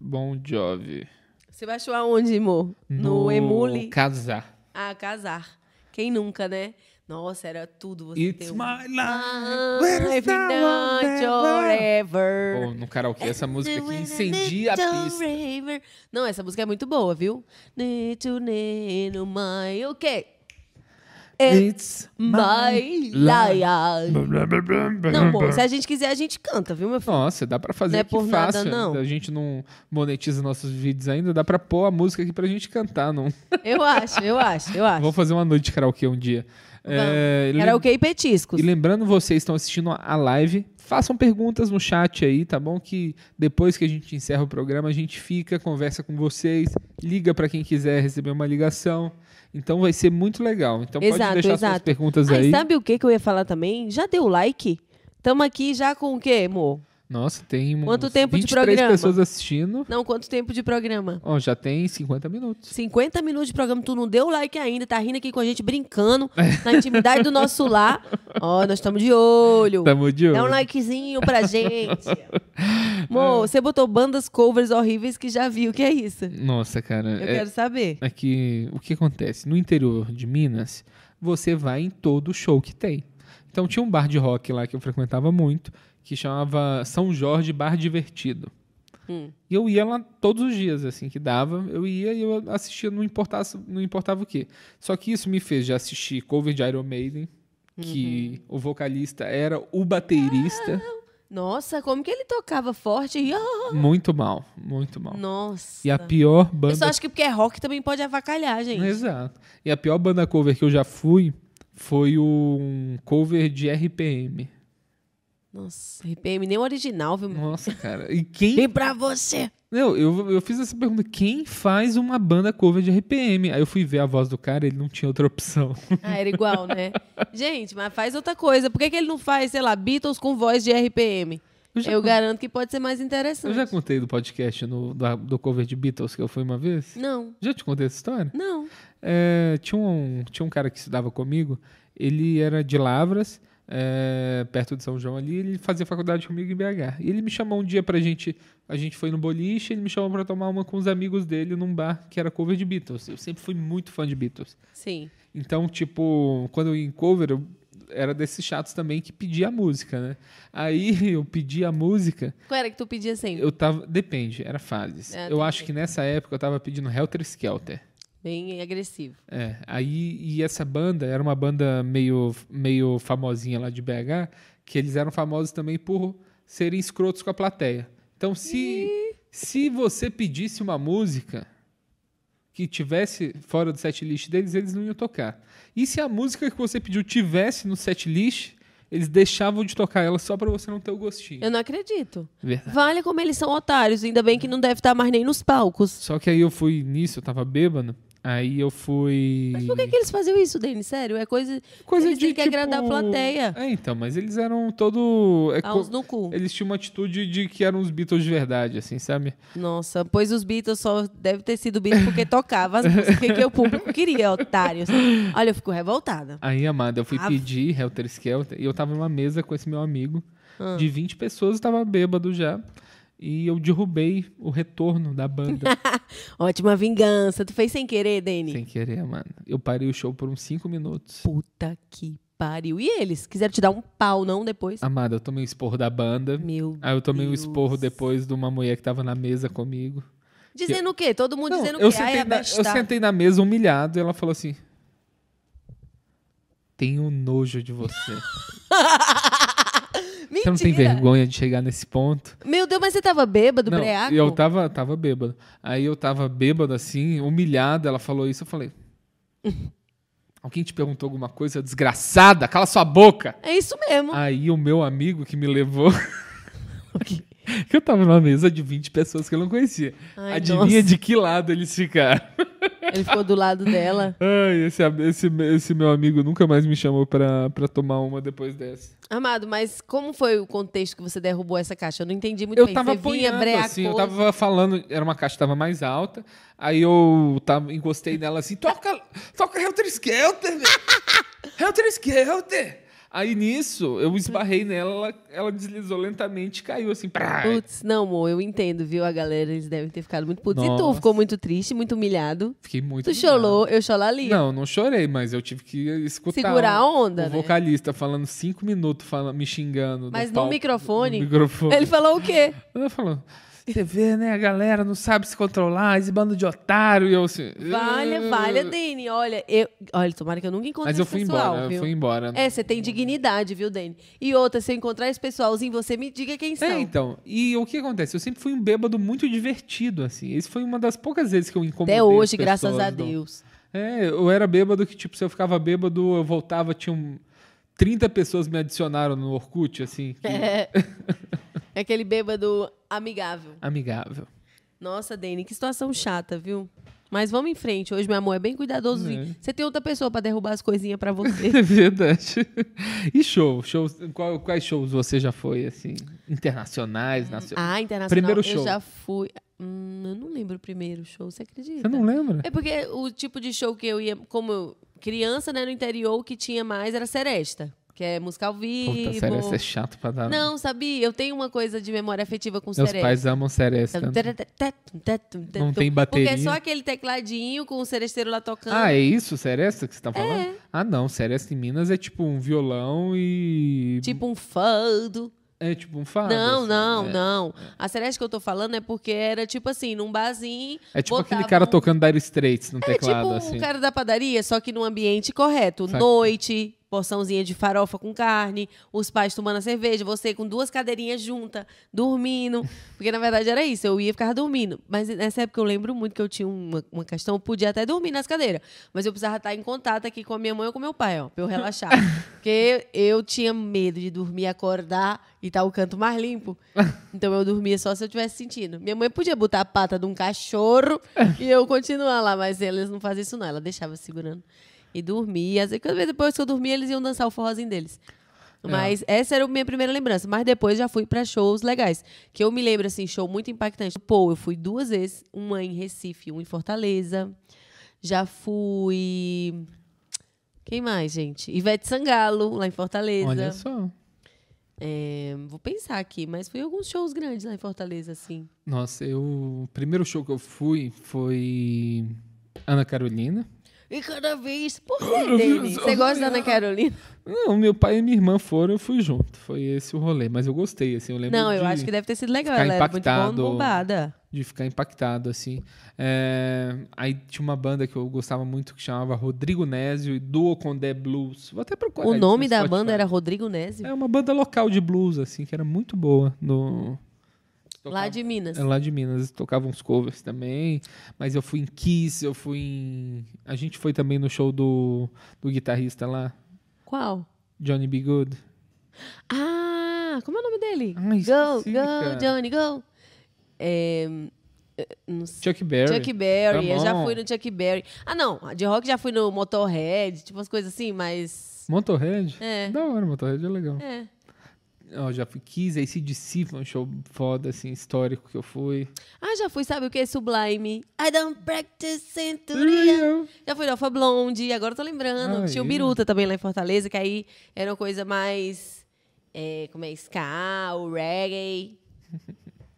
S2: Bon Jovi.
S3: Você baixou aonde, amor? No, Emule?
S2: Casar.
S3: Ah, casar. Quem nunca, né? Nossa, era tudo você
S2: It's
S3: ter um-
S2: my life.
S3: Ah, every night forever.
S2: Pô, no karaokê, essa música aqui incendia a
S3: Little
S2: pista.
S3: river. Não, essa música é muito boa, viu? Little Nino, my... O quê? É
S2: It's
S3: My life. Não, pô, se a gente quiser, a gente canta, viu, meu filho?
S2: Nossa, dá pra fazer
S3: Não é
S2: aqui
S3: por nada,
S2: fácil.
S3: não.
S2: A gente não monetiza nossos vídeos ainda, dá pra pôr a música aqui pra gente cantar. Não.
S3: Eu acho, eu acho, eu acho.
S2: Vamos fazer uma noite de karaokê um dia. É, lem-
S3: Era o e petiscos.
S2: E lembrando, vocês que estão assistindo a live, façam perguntas no chat aí, tá bom? Que depois que a gente encerra o programa, a gente fica, conversa com vocês, liga pra quem quiser receber uma ligação. Então vai ser muito legal. Então pode
S3: Exato,
S2: deixar suas
S3: exato.
S2: perguntas
S3: Ai,
S2: aí.
S3: sabe o que, que eu ia falar também? Já deu like? Tamo aqui já com o quê, amor?
S2: Nossa, tem uns
S3: Quanto tempo de
S2: 23
S3: programa?
S2: pessoas assistindo.
S3: Não, quanto tempo de programa?
S2: Ó, já tem 50 minutos.
S3: 50 minutos de programa, tu não deu like ainda, tá rindo aqui com a gente, brincando, na intimidade do nosso lar. Ó, nós estamos de olho.
S2: Tamo de olho.
S3: Dá um likezinho pra gente. Amor, você botou bandas covers horríveis que já viu, o que é isso?
S2: Nossa, cara.
S3: Eu
S2: É,
S3: quero saber.
S2: é que o que acontece? No interior de Minas, você vai em todo show que tem. Então tinha um bar de rock lá que eu frequentava muito, que chamava São Jorge Bar Divertido.
S3: Hum.
S2: E eu ia lá todos os dias, assim, que dava. Eu ia e eu assistia, não, importasse, não importava o quê. Só que isso me fez já assistir cover de Iron Maiden, que
S3: Uhum.
S2: o vocalista era o baterista.
S3: Nossa, como que ele tocava forte? E, ó,
S2: Muito mal, muito mal.
S3: Ah, nossa.
S2: E a pior
S3: Eu só
S2: banda. é.
S3: acho que porque é rock também pode avacalhar, gente.
S2: Exato. E a pior banda cover que eu já fui foi um cover de RPM.
S3: Nossa, RPM nem o original, viu?
S2: Nossa, cara. E quem.
S3: Vem pra você.
S2: Não, eu, eu fiz essa pergunta. Quem faz uma banda cover de RPM? Aí eu fui ver a voz do cara, ele não tinha outra opção.
S3: Ah, era igual, né? Gente, mas faz outra coisa. Por que, que ele não faz, sei lá, Beatles com voz de RPM?
S2: Eu
S3: Eu,
S2: já,
S3: garanto que pode ser mais
S2: eu
S3: interessante.
S2: já contei do podcast no, da- do cover de Beatles que eu fui uma vez?
S3: Não,
S2: Já te contei essa história?
S3: não.
S2: É, tinha, um, tinha um cara que estudava comigo, ele era de Lavras, é, perto de São João ali, ele fazia faculdade comigo em BH. E ele me chamou um dia pra gente, a gente foi no boliche, ele me chamou pra tomar uma com os amigos dele num bar que era cover de Beatles. Eu sempre fui muito fã de Beatles.
S3: Sim.
S2: Então, tipo, quando eu ia em cover, eu era desses chatos também que pedia a música, né? Aí eu pedi a música,
S3: Qual era que tu pedia assim? sempre?
S2: eu tava, depende, era fases.
S3: É,
S2: eu
S3: tá
S2: acho que nessa época eu tava pedindo Helter Skelter.
S3: Bem agressivo.
S2: É, aí e essa banda era uma banda meio, meio famosinha lá de BH, que eles eram famosos também por serem escrotos com a plateia. Então, se, se você pedisse uma música, que tivesse fora do setlist deles, eles não iam tocar. E se a música que você pediu tivesse no setlist, eles deixavam de tocar ela só pra você não ter o gostinho.
S3: Eu não acredito.
S2: Verdade.
S3: Vale como eles são otários, ainda bem que não deve estar mais nem nos palcos.
S2: Só que aí eu fui nisso, eu tava bêbado. Aí eu fui.
S3: Mas por que, que eles faziam isso, Denis? Sério, é coisa. eles têm que agradar a plateia.
S2: tipo, É, então, mas eles eram todo. é
S3: Ah,
S2: co-
S3: uns no cu.
S2: Eles tinham uma atitude de que eram os Beatles de verdade, assim, sabe?
S3: Nossa, pois os Beatles só deve ter sido Beatles porque tocava as músicas que o público queria, otários. Olha, eu fico revoltada.
S2: Aí, amada, eu fui
S3: Ah,
S2: pedir Helter Skelter e eu tava numa mesa com esse meu amigo
S3: Ah.
S2: de 20 pessoas, eu tava bêbado já. E eu derrubei o retorno da banda
S3: Ótima vingança. Tu fez sem querer, Dani.
S2: sem querer, amada. Eu parei o show por uns 5 minutos.
S3: Puta que pariu. E eles? Quiseram te dar um pau, não, depois?
S2: Amada, eu tomei o esporro da banda.
S3: Meu
S2: Aí Ah, eu tomei um
S3: Deus.
S2: esporro depois de uma mulher que tava na mesa comigo.
S3: Dizendo o quê? Todo mundo
S2: Não,
S3: dizendo o
S2: eu,
S3: quê? Ai,
S2: sentei
S3: a tá".
S2: na,
S3: besta.
S2: eu sentei na mesa humilhado e ela falou assim: Tenho nojo de você. você
S3: Mentira.
S2: não tá tem vergonha de chegar nesse ponto?
S3: Meu Deus, mas você tava bêbado,
S2: não,
S3: breaco?
S2: e eu tava, tava bêbado. Aí eu tava bêbado assim, humilhado. Ela falou isso. Eu falei: Alguém te perguntou alguma coisa desgraçada? Cala sua boca!
S3: É isso mesmo.
S2: Aí o meu amigo que me levou. que eu tava numa mesa de 20 pessoas que eu não conhecia.
S3: Ai,
S2: Adivinha
S3: nossa.
S2: de que lado eles ficaram?
S3: Ele ficou do lado dela.
S2: Ai, esse, am- esse, esse meu amigo nunca mais me chamou pra, pra tomar uma depois dessa.
S3: Amado, mas como foi o contexto que você derrubou essa caixa? Eu não entendi muito
S2: Eu
S3: bem.
S2: tava
S3: você vinha
S2: apanhando,
S3: breacoso.
S2: assim, eu tava falando, era uma caixa que tava mais alta, aí eu tava, encostei nela assim, toca, toca Helter Skelter, velho! Helter Skelter! Aí nisso, eu esbarrei nela, ela, ela deslizou lentamente e caiu assim, prá!
S3: Putz, não, amor, eu entendo, viu? A galera, eles devem ter ficado muito putos. E tu
S2: Nossa.
S3: ficou muito triste, muito humilhado.
S2: Fiquei muito...
S3: Tu
S2: animado.
S3: chorou, eu cholalia.
S2: Não, não chorei, mas eu tive que escutar
S3: Segurar a
S2: o
S3: onda, né?
S2: vocalista falando cinco minutos, falando, me xingando
S3: Mas no
S2: palco,
S3: microfone?
S2: No microfone.
S3: Ele falou o quê?
S2: Ela falou, você vê, né, a galera não sabe se controlar, esse bando de otário. E eu assim...
S3: Valha,
S2: "Ah".
S3: valha, Dani. Olha, eu. Olha, tomara que eu nunca encontre
S2: Mas eu
S3: esse
S2: fui
S3: pessoal,
S2: embora,
S3: viu?
S2: eu fui embora. né?
S3: É, você tem dignidade, viu, Dani? E outra, se eu encontrar esse pessoalzinho, você me diga quem são.
S2: É, então. E o que acontece? Eu sempre fui um bêbado muito divertido, assim. Esse foi uma das poucas vezes que eu incomodei
S3: Até
S2: as
S3: hoje, graças
S2: pessoas,
S3: a
S2: não.
S3: Deus.
S2: É, eu era bêbado que, tipo, se eu ficava bêbado, eu voltava, tinha um... 30 pessoas me adicionaram no Orkut, assim. que-
S3: É. É aquele bêbado amigável.
S2: Amigável.
S3: Nossa, Dani, que situação chata, viu? Mas vamos em frente. Hoje, meu amor, é bem cuidadosozinho.
S2: É.
S3: Você tem outra pessoa pra derrubar as coisinhas pra você.
S2: É verdade. E show? shows qual- quais shows você já foi, assim? Internacionais, nacionais?
S3: ah, internacional.
S2: Primeiro
S3: eu
S2: show.
S3: já fui. Hum, eu não lembro o primeiro show, você acredita?
S2: Você não lembra?
S3: É porque o tipo de show que eu ia, como eu- criança, né, no interior, o que tinha mais era seresta, que é música ao vivo.
S2: Puta, sério, isso é chato pra dar.
S3: Não, sabia? Eu tenho uma coisa de memória afetiva com
S2: Meus
S3: seresta.
S2: pais amam Seresta. Não tem bateria.
S3: Porque é só aquele tecladinho com o seresteiro lá tocando.
S2: Ah, é isso, Seresta, que você tá falando?
S3: É.
S2: Ah, não. Seresta em Minas é tipo um violão e.
S3: Tipo um fado.
S2: É tipo um fado.
S3: Não,
S2: assim,
S3: não,
S2: é.
S3: não. A seresta que eu tô falando é porque era tipo assim, num barzinho.
S2: É tipo aquele
S3: botava
S2: cara
S3: um-
S2: tocando Dire Straits no
S3: É
S2: teclado,
S3: tipo
S2: assim.
S3: o cara da padaria, só que num ambiente correto.
S2: Saca.
S3: Noite, porçãozinha de farofa com carne, os pais tomando a cerveja, você com duas cadeirinhas juntas, dormindo. Porque na verdade era isso, eu ia e ficava dormindo. Mas nessa época eu lembro muito que eu tinha uma, uma questão, eu podia até dormir nas cadeiras. Mas eu precisava estar em contato aqui com a minha mãe ou com meu pai, ó, pra eu relaxar. Porque eu tinha medo de dormir, acordar e tá o canto mais limpo. Então eu dormia só se eu tivesse sentindo. Minha mãe podia botar a pata de um cachorro e eu continuar lá, mas eles não faziam isso não. Ela deixava segurando e dormia. Às vezes depois que eu dormia, eles iam dançar o forrozinho deles. Mas essa era a minha primeira lembrança. Mas depois já fui pra shows legais. Que eu me lembro, assim, show muito impactante. Pô, eu fui duas vezes. Uma em Recife, uma em Fortaleza. Já fui... Quem mais, gente? Ivete Sangalo, lá em Fortaleza.
S2: Olha só.
S3: É, vou pensar aqui, mas fui em alguns shows grandes lá em Fortaleza, assim.
S2: Nossa, eu. O primeiro show que eu fui foi. Ana Carolina.
S3: E cada vez. Por
S2: Cada
S3: que, Denis?
S2: vez-
S3: Você gosta da Ana Carolina?
S2: Não, meu pai e minha irmã foram, eu fui junto. Foi esse o rolê. Mas eu gostei, assim, eu lembro
S3: Não, eu
S2: de-
S3: acho que deve ter sido legal.
S2: ficar
S3: Ela era muito bom,
S2: impactado.
S3: bombada.
S2: de ficar impactado, assim. É, aí tinha uma banda que eu gostava muito que chamava Rodrigo Nésio e Duo Condé Blues. Vou até procurar.
S3: O
S2: isso
S3: nome
S2: no
S3: da
S2: Spotify.
S3: banda era Rodrigo Nézio.
S2: É uma banda local de blues, assim, que era muito boa no. tocavam-
S3: Lá de Minas.
S2: É, lá de Minas, tocavam uns covers também. Mas eu fui em Kiss, eu fui em. A gente foi também no show do, do guitarrista lá,
S3: Qual?
S2: Johnny B. Good.
S3: Ah, como é o nome dele?
S2: Ah, esqueci,
S3: go, go,
S2: cara.
S3: Johnny, go. É, eh, não sei.
S2: Chuck Berry.
S3: Chuck Berry,
S2: Tá
S3: eu já
S2: bom.
S3: fui no Chuck Berry. Ah, não, de rock já fui no Motorhead, tipo umas coisas assim, mas.
S2: Motorhead?
S3: É.
S2: Da hora, Motorhead é legal.
S3: É.
S2: Eu já fui Kiss, ACDC foi um show foda, assim, histórico que eu fui.
S3: Ah, já fui, sabe o que? Sublime. I don't practice centurion. Já fui no Alfa Blonde, agora eu tô lembrando.
S2: Aí.
S3: Tinha o Biruta também lá em Fortaleza, que aí era uma coisa mais. é, como é? Ska, o reggae.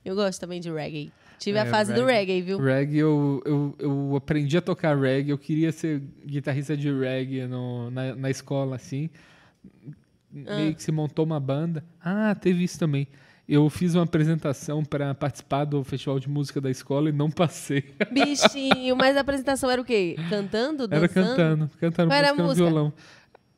S3: Eu gosto também de reggae. Tive a
S2: É,
S3: fase do
S2: reggae.
S3: reggae, viu?
S2: Reggae, eu, eu, eu aprendi a tocar reggae. Eu queria ser guitarrista de reggae no- na, na escola, assim.
S3: Ah.
S2: Meio que se montou uma banda. Ah, teve isso também. Eu fiz uma apresentação para participar do festival de música da escola e não passei.
S3: Bichinho, mas a apresentação era o quê? Cantando? Dançando?
S2: Era cantando, cantando
S3: Qual era a
S2: música no
S3: música?
S2: violão.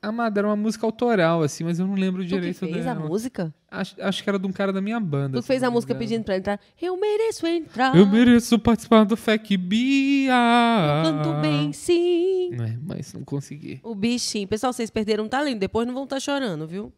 S2: Amada, era uma música autoral, assim, mas eu não lembro
S3: Tu que
S2: direito
S3: fez a
S2: dela.
S3: música?
S2: Acho, acho que era de um cara da minha banda.
S3: Tu
S2: se
S3: fez
S2: não
S3: a
S2: me
S3: música
S2: engano.
S3: pedindo pra entrar. Eu mereço entrar.
S2: Eu mereço participar do FEC Bia.
S3: Eu
S2: Ah.
S3: canto bem, sim.
S2: É, mas não consegui.
S3: O bichinho. Pessoal, vocês perderam um talento. Depois não vão estar chorando, viu?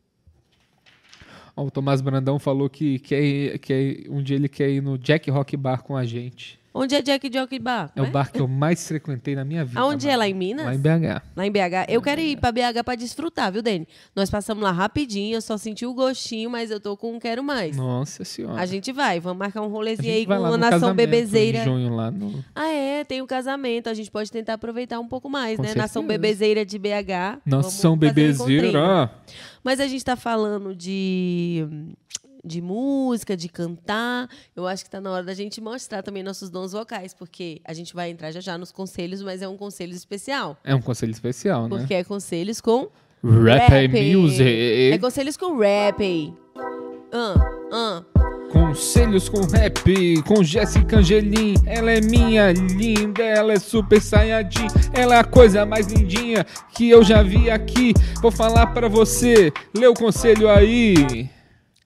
S2: Ó, o Tomás Brandão falou que quer, ir- quer, ir- um dia ele quer ir no Jack Rock Bar com a gente.
S3: Onde é Jack Jockey Bar?
S2: É, o bar que eu mais frequentei na minha vida.
S3: Aonde é?
S2: mano.
S3: Lá em Minas?
S2: Lá em BH.
S3: Lá em BH. Eu quero ir pra BH pra desfrutar, viu, Dani? Nós passamos lá rapidinho, eu só senti o gostinho, mas eu tô com um quero mais.
S2: Nossa senhora.
S3: A gente vai, vamos marcar um
S2: A
S3: rolezinho
S2: gente
S3: aí com
S2: vai lá
S3: a
S2: no
S3: nação
S2: casamento em
S3: bebezeira.
S2: junho lá no...
S3: Ah, é, tem o casamento, a gente pode tentar aproveitar um pouco mais,
S2: Com
S3: né? Nação
S2: certeza.
S3: bebezeira de BH.
S2: Nação
S3: Vamos fazer um encontrinho.
S2: bebezeira.
S3: Mas a gente tá falando de de música, de cantar. Eu acho que tá na hora da gente mostrar também nossos dons vocais, porque a gente vai entrar já já nos conselhos, mas é um conselho especial,
S2: É um conselho especial, né?
S3: porque é conselhos com
S2: Rap,
S3: Rap. É
S2: Music.
S3: conselhos com rap. Ah, ah.
S2: Conselhos com rap, com Jéssica Angelim. Ela é minha linda, ela é super saiyajin. Ela é a coisa mais lindinha que eu já vi aqui. Vou falar pra você, lê o conselho aí.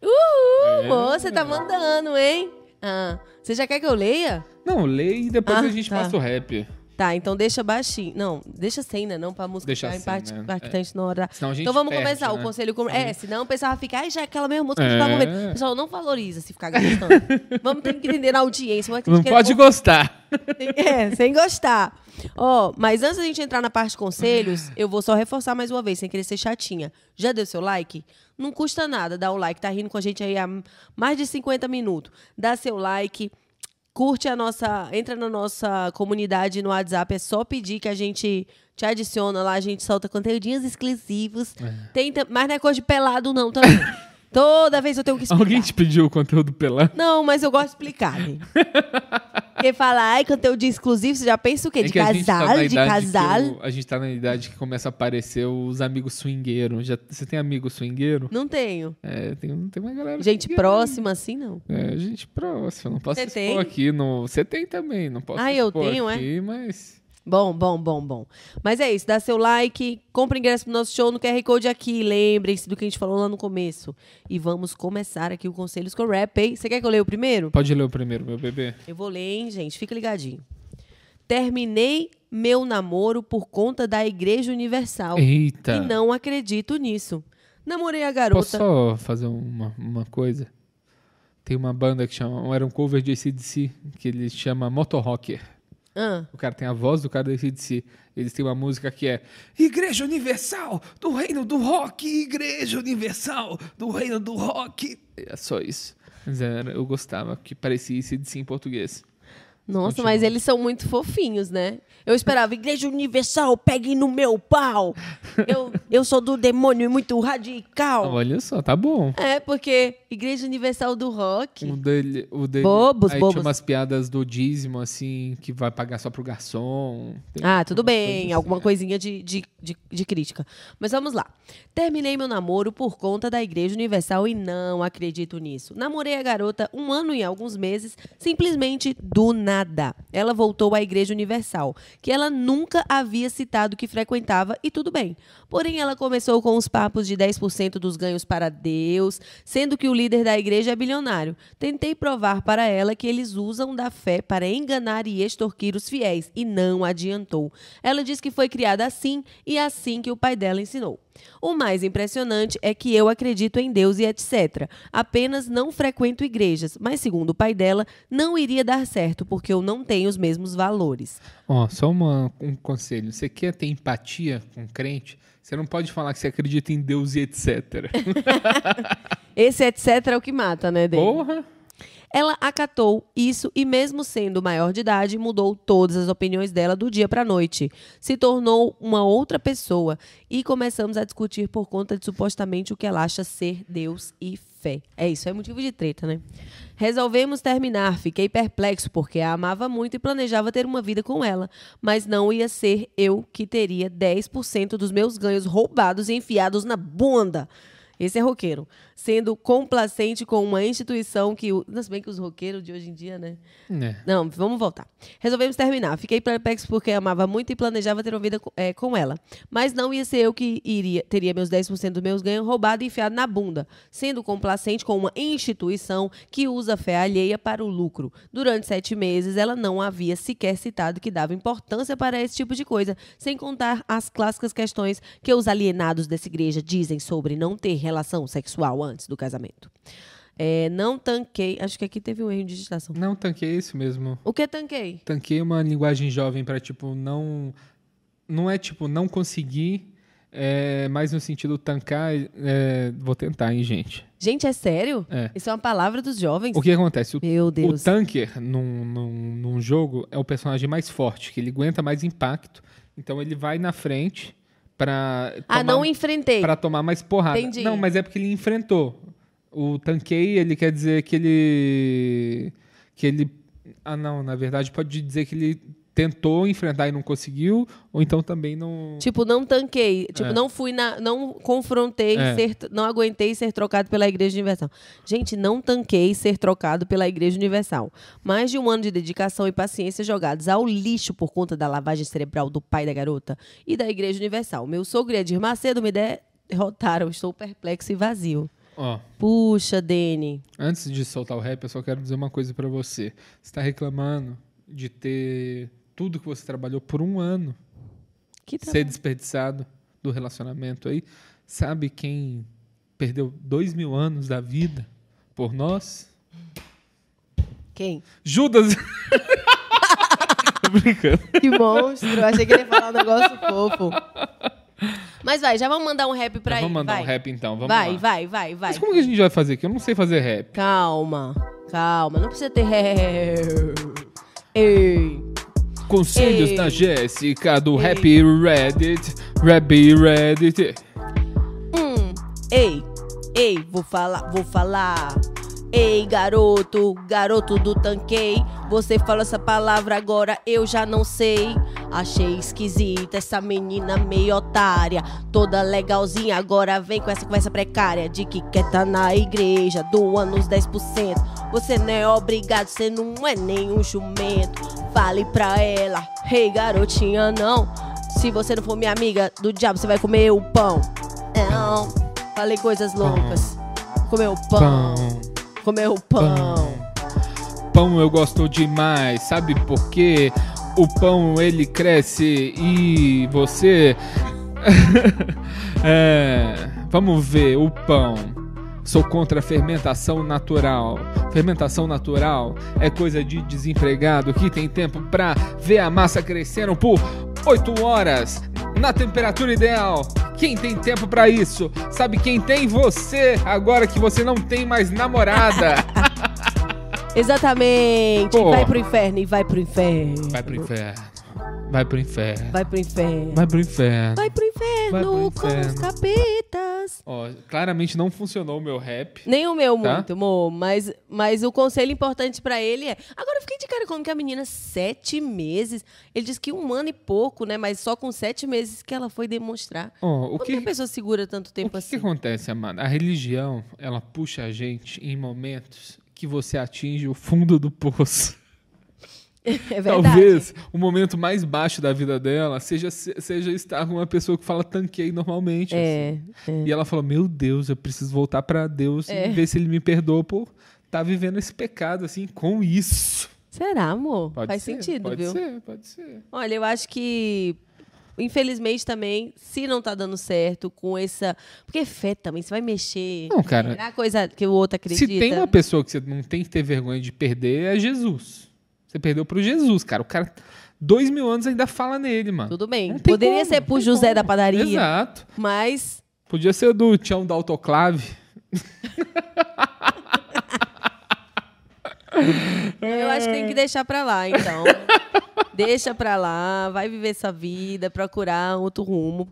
S3: Uhul,
S2: É.
S3: moça, tá mandando, hein? Ah, você já quer que eu leia?
S2: Não, lê e depois
S3: Ah,
S2: a gente
S3: tá.
S2: passa o rap.
S3: Tá, então deixa baixinho. Não, deixa sem, né? Não pra música
S2: Deixa
S3: ficar
S2: sem,
S3: impacta-
S2: né?
S3: impactante na hora.
S2: Senão a gente
S3: Então vamos
S2: perde,
S3: começar
S2: né?
S3: o conselho com...
S2: A
S3: É, senão o pessoal vai ficar... Ai, já é aquela mesma música que
S2: É.
S3: eu tava comendo. O pessoal não valoriza se ficar gostando. vamos ter que entender na audiência. Mas
S2: Não pode gostar.
S3: É, sem gostar. Ó, mas antes da gente entrar na parte de conselhos, eu vou só reforçar mais uma vez, sem querer ser chatinha. Já deu seu like? Não custa nada dar o like. Tá rindo com a gente aí há mais de 50 minutos. Dá seu like. Curte a nossa. Entra na nossa comunidade no WhatsApp. É só pedir que a gente te adiciona lá. A gente solta conteúdinhos exclusivos. Tem, tam- mas não é coisa de pelado, não, também. Toda vez eu tenho que explicar.
S2: Alguém te pediu o conteúdo pelado?
S3: Não, mas eu gosto de explicar. Né? Porque fala, ai, conteúdo exclusivo, você já pensa o quê? É De
S2: que a gente tá
S3: casal?
S2: na
S3: de
S2: idade que
S3: casal?
S2: o- a gente tá na idade que começa a aparecer os amigos swingueiros. Já, você tem amigo swingueiro?
S3: Não tenho.
S2: É, tem, tem uma galera.
S3: Gente
S2: swingueira.
S3: próxima, assim, não.
S2: É, gente próxima. Não posso
S3: Cê
S2: expor
S3: tem?
S2: aqui. no- Você tem também, não posso
S3: Ah, eu
S2: expor
S3: tenho, é?
S2: aqui, mas...
S3: Bom, bom, bom, bom. Mas é isso, dá seu like, compra ingresso pro nosso show no QR Code aqui. Lembrem-se do que a gente falou lá no começo. E vamos começar aqui o Conselhos com Rap, hein? Você quer que eu leia o primeiro?
S2: Pode ler o primeiro, meu bebê.
S3: Eu vou ler, hein, gente? Fica ligadinho. Terminei meu namoro por conta da Igreja Universal.
S2: Eita.
S3: E não acredito nisso. Namorei a garota.
S2: Posso só fazer uma, uma coisa? Tem uma banda que chama... Era um cover de ACDC, que ele chama Motorrocker.
S3: Ah,
S2: O cara tem a voz do cara do ACDC. Eles têm uma música que é Igreja Universal do Reino do Rock, Igreja Universal do Reino do Rock. É só isso. Mas era- eu gostava, que parecia ACDC em português.
S3: nossa,
S2: Continua.
S3: mas eles são muito fofinhos, né? Eu esperava, Igreja Universal, pegue no meu pau. Eu, eu sou do demônio e muito radical.
S2: Olha só, tá bom.
S3: É, porque Igreja Universal do Rock.
S2: O Um dele, o dele.
S3: Bobos,
S2: aí
S3: bobos.
S2: tinha umas piadas do dízimo, assim, que vai pagar só pro garçom. Tem
S3: Ah, tudo
S2: umas coisas
S3: bem,
S2: assim,
S3: alguma
S2: é.
S3: coisinha de, de, de, de crítica. Mas vamos lá. Terminei meu namoro por conta da Igreja Universal e não acredito nisso. Namorei a garota um ano e alguns meses, simplesmente do nada. Ela voltou à Igreja Universal, que ela nunca havia citado que frequentava e tudo bem. Porém, ela começou com os papos de 10% dos ganhos para Deus, sendo que o líder da igreja é bilionário. Tentei provar para ela que eles usam da fé para enganar e extorquir os fiéis, e não adiantou. Ela diz que foi criada assim e é assim que o pai dela ensinou. O mais impressionante é que eu acredito em Deus e etc. Apenas não frequento igrejas, mas segundo o pai dela, não iria dar certo porque eu não tenho os mesmos valores.
S2: Ó, só uma- um conselho. Você quer ter empatia com crente? Você não pode falar que você acredita em Deus e etc.
S3: Esse etc é o que mata, né, Dave?
S2: Porra!
S3: Ela acatou isso e, mesmo sendo maior de idade, mudou todas as opiniões dela do dia para a noite. Se tornou uma outra pessoa e começamos a discutir por conta de supostamente o que ela acha ser Deus e fé. É isso, é motivo de treta, né? Resolvemos terminar. Fiquei perplexo porque a amava muito e planejava ter uma vida com ela, mas não ia ser eu que teria 10% dos meus ganhos roubados e enfiados na bunda. Esse é roqueiro. Sendo complacente com uma instituição que. o- Não, se bem que os roqueiros de hoje em dia, né?
S2: É.
S3: Não, vamos voltar. Resolvemos terminar. Fiquei perplexo porque amava muito e planejava ter uma vida co- eh, com ela. Mas não ia ser eu que iria, teria meus 10% dos meus ganhos roubado e enfiado na bunda, sendo complacente com uma instituição que usa fé alheia para o lucro. Durante sete meses, ela não havia sequer citado que dava importância para esse tipo de coisa, sem contar as clássicas questões que os alienados dessa igreja dizem sobre não ter relação sexual antes do casamento. Eh, não tanquei. Acho que aqui teve um erro de digitação.
S2: Não, tanquei isso mesmo.
S3: O que tanquei?
S2: Tanquei uma linguagem jovem pra, tipo, não. Não é tipo, não conseguir, é, mas no sentido tancar. é, vou tentar, hein, gente.
S3: Gente, é sério?
S2: É.
S3: Isso é uma palavra dos jovens?
S2: O que acontece? O,
S3: Meu
S2: o
S3: Deus.
S2: tanker, num, num, num jogo, é o personagem mais forte, que ele aguenta mais impacto. Então ele vai na frente pra.
S3: Ah,
S2: tomar- um,
S3: não enfrentei.
S2: Pra tomar mais porrada.
S3: Entendi.
S2: Não, mas é porque ele enfrentou. O tanquei, ele quer dizer que ele. Que ele. Ah, não, na verdade, pode dizer que ele tentou enfrentar e não conseguiu, ou então também não.
S3: Tipo, não tanquei. Tipo, não fui na. Não confrontei,
S2: É.
S3: ser- não aguentei ser trocado pela Igreja Universal. Gente, não tanquei ser trocado pela Igreja Universal. Mais de um ano de dedicação e paciência jogados ao lixo por conta da lavagem cerebral do pai da garota e da Igreja Universal. Meu sogro e Edir Macedo me derrotaram. Estou perplexo e vazio.
S2: Ó,
S3: Puxa, Dene.
S2: antes de soltar o rap, eu só quero dizer uma coisa pra você. Você tá reclamando de ter tudo que você trabalhou por um ano
S3: Que tra...
S2: ser desperdiçado do relacionamento aí. Sabe quem perdeu dois mil anos da vida por nós?
S3: Quem?
S2: Judas! Tô brincando.
S3: Que monstro. Eu achei que ele ia falar um negócio fofo. Mas vai, já vamos mandar um rap pra
S2: Tá,
S3: ele.
S2: vamos mandar
S3: vai.
S2: um rap então, vamos
S3: vai,
S2: lá.
S3: vai, vai, vai.
S2: Mas como é que a gente vai fazer aqui? Eu não sei fazer rap.
S3: Calma, calma. Não precisa ter ré. Ei.
S2: Conselhos
S3: Ei.
S2: da Jéssica do Happy Reddit. Happy Reddit.
S3: Hum. Ei, ei, vou falar, vou falar. Ei, garoto, garoto do tanquei. Você fala essa palavra agora, eu já não sei. Achei esquisita essa menina meio otária. Toda legalzinha, agora vem com essa conversa precária de que quer tá na igreja, doa nos 10%. Você não é obrigado, você não é nenhum jumento. Fale pra ela, ei, garotinha, não. Se você não for minha amiga do diabo, você vai comer o pão. Não, falei coisas loucas. Comeu pão,
S2: Pão,
S3: comeu
S2: pão.
S3: pão.
S2: Pão eu gosto demais, sabe por quê? O pão ele cresce e você. é, vamos ver, o pão. Sou contra a fermentação natural. Fermentação natural é coisa de desempregado que tem tempo pra ver a massa crescendo por 8 horas na temperatura ideal. Quem tem tempo pra isso? Sabe quem tem? Você, agora que você não tem mais namorada.
S3: Exatamente.
S2: Pô.
S3: Vai pro inferno e vai pro inferno.
S2: Vai pro inferno. Vai pro inferno.
S3: Vai pro inferno.
S2: Vai pro inferno.
S3: Vai pro inferno,
S2: Vai pro
S3: com os
S2: inferno.
S3: capetas.
S2: Ó, claramente não funcionou o meu rap.
S3: Nem o meu
S2: Tá.
S3: muito, amor. Mas, mas o conselho importante pra ele é... Agora eu fiquei de cara como que a menina, sete meses... Ele disse que um ano e pouco, né? Mas só com sete meses que ela foi demonstrar.
S2: Ó, o
S3: Como
S2: que,
S3: que a pessoa segura tanto
S2: o
S3: tempo
S2: que, que
S3: assim?
S2: acontece, Amanda? A religião, ela puxa a gente em momentos que você atinge o fundo do poço.
S3: É verdade.
S2: Talvez o momento mais baixo da vida dela seja, seja estar com uma pessoa que fala tanquei normalmente. assim.
S3: É,
S2: E ela fala: Meu Deus, eu preciso voltar pra Deus
S3: É.
S2: e ver se ele me perdoa por estar vivendo esse pecado, assim, com isso.
S3: Será, amor?
S2: Pode
S3: Faz
S2: ser,
S3: sentido,
S2: pode
S3: viu?
S2: Pode ser, pode ser.
S3: Olha, eu acho que, infelizmente também, se não tá dando certo com essa. Porque fé também, você vai mexer.
S2: Não, cara.
S3: Será coisa que o outro né? acredita?
S2: Se tem uma pessoa que você não tem que ter vergonha de perder, é Jesus. Você perdeu pro Jesus, cara. O cara, dois mil anos ainda fala nele, mano.
S3: Tudo bem.
S2: Não tem
S3: Poderia
S2: como,
S3: ser
S2: não
S3: pro
S2: tem
S3: José
S2: como.
S3: da padaria,
S2: Exato.
S3: mas.
S2: Podia ser do Tião da Autoclave.
S3: Eu acho que tem que deixar pra lá, então. Deixa pra lá, vai viver sua vida, procurar outro rumo.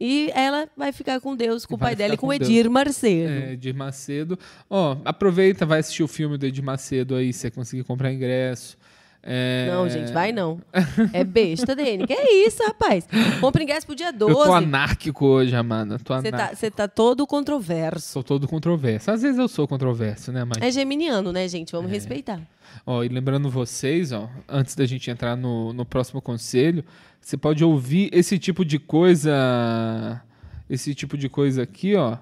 S3: E ela vai ficar com Deus, com o
S2: Vai
S3: pai dela e
S2: ficar
S3: com o
S2: com Deus.
S3: Edir Marcelo.
S2: É, Edir Macedo. Ó, aproveita, vai assistir o filme do Edir Macedo aí, se você conseguir comprar ingresso. É,
S3: Não, gente, vai não. É besta, Dene. Que é isso, rapaz? Compre ingresso pro dia 12.
S2: Eu tô anárquico hoje, Amanda. Tô
S3: Você tá,
S2: anárquico.
S3: cê tá todo controverso.
S2: Sou todo controverso. Às vezes eu sou controverso, né, mas
S3: É geminiano, né, gente?
S2: É.
S3: Vamos respeitar.
S2: Ó, e lembrando vocês, ó, antes da gente entrar no, no próximo conselho, você pode ouvir esse tipo de coisa. Esse tipo de coisa aqui, ó.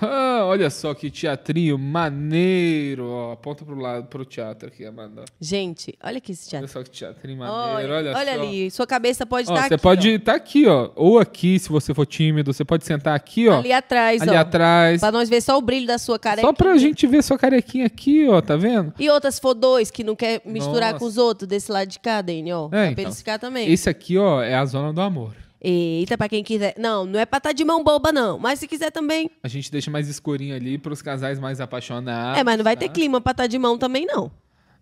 S2: Ah, olha só que teatrinho maneiro, ó. Aponta pro lado, pro teatro aqui, Amanda.
S3: Gente, olha aqui esse teatro.
S2: Olha só que teatrinho maneiro,
S3: Olha,
S2: olha,
S3: olha
S2: só.
S3: ali, sua cabeça pode
S2: Ó,
S3: estar
S2: você
S3: aqui.
S2: pode
S3: ó.
S2: estar aqui, ó. Ou aqui, se você for tímido, você pode sentar aqui, ó.
S3: ali atrás,
S2: ali
S3: ó.
S2: atrás.
S3: Pra nós ver só o brilho da sua cara.
S2: Só pra gente ver sua carequinha aqui, ó, tá vendo?
S3: E outras se for dois que não quer misturar
S2: Nossa.
S3: com os outros desse lado de cá, Dene, ó. pra pra
S2: então.
S3: eles ficar também.
S2: Esse aqui, ó, é a zona do amor.
S3: Eita, pra quem quiser. Não, não é pra estar de mão boba, não. Mas se quiser também.
S2: A gente deixa mais escurinho ali pros casais mais apaixonados.
S3: é, mas não vai ter
S2: tá?
S3: clima pra estar de mão também, não.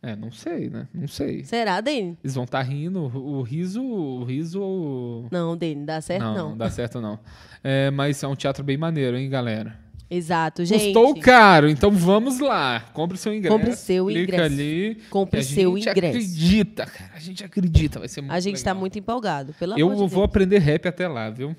S2: É, não sei, né? Não sei.
S3: Será, Dene?
S2: Eles vão estar rindo, o o riso. O riso.
S3: Não, Dene, dá certo,
S2: não,
S3: não.
S2: dá certo, não. É, mas é um teatro bem maneiro, hein, galera?
S3: Exato, gente.
S2: Custou caro, então vamos lá. Compre seu ingresso.
S3: Compre seu
S2: clica
S3: ingresso.
S2: ali.
S3: Compre
S2: que a
S3: seu
S2: gente
S3: ingresso.
S2: acredita, cara. A gente acredita. Vai ser muito
S3: A gente tá
S2: legal.
S3: muito empolgado, pelo amor
S2: Eu
S3: de
S2: vou
S3: Deus.
S2: aprender rap até lá, viu?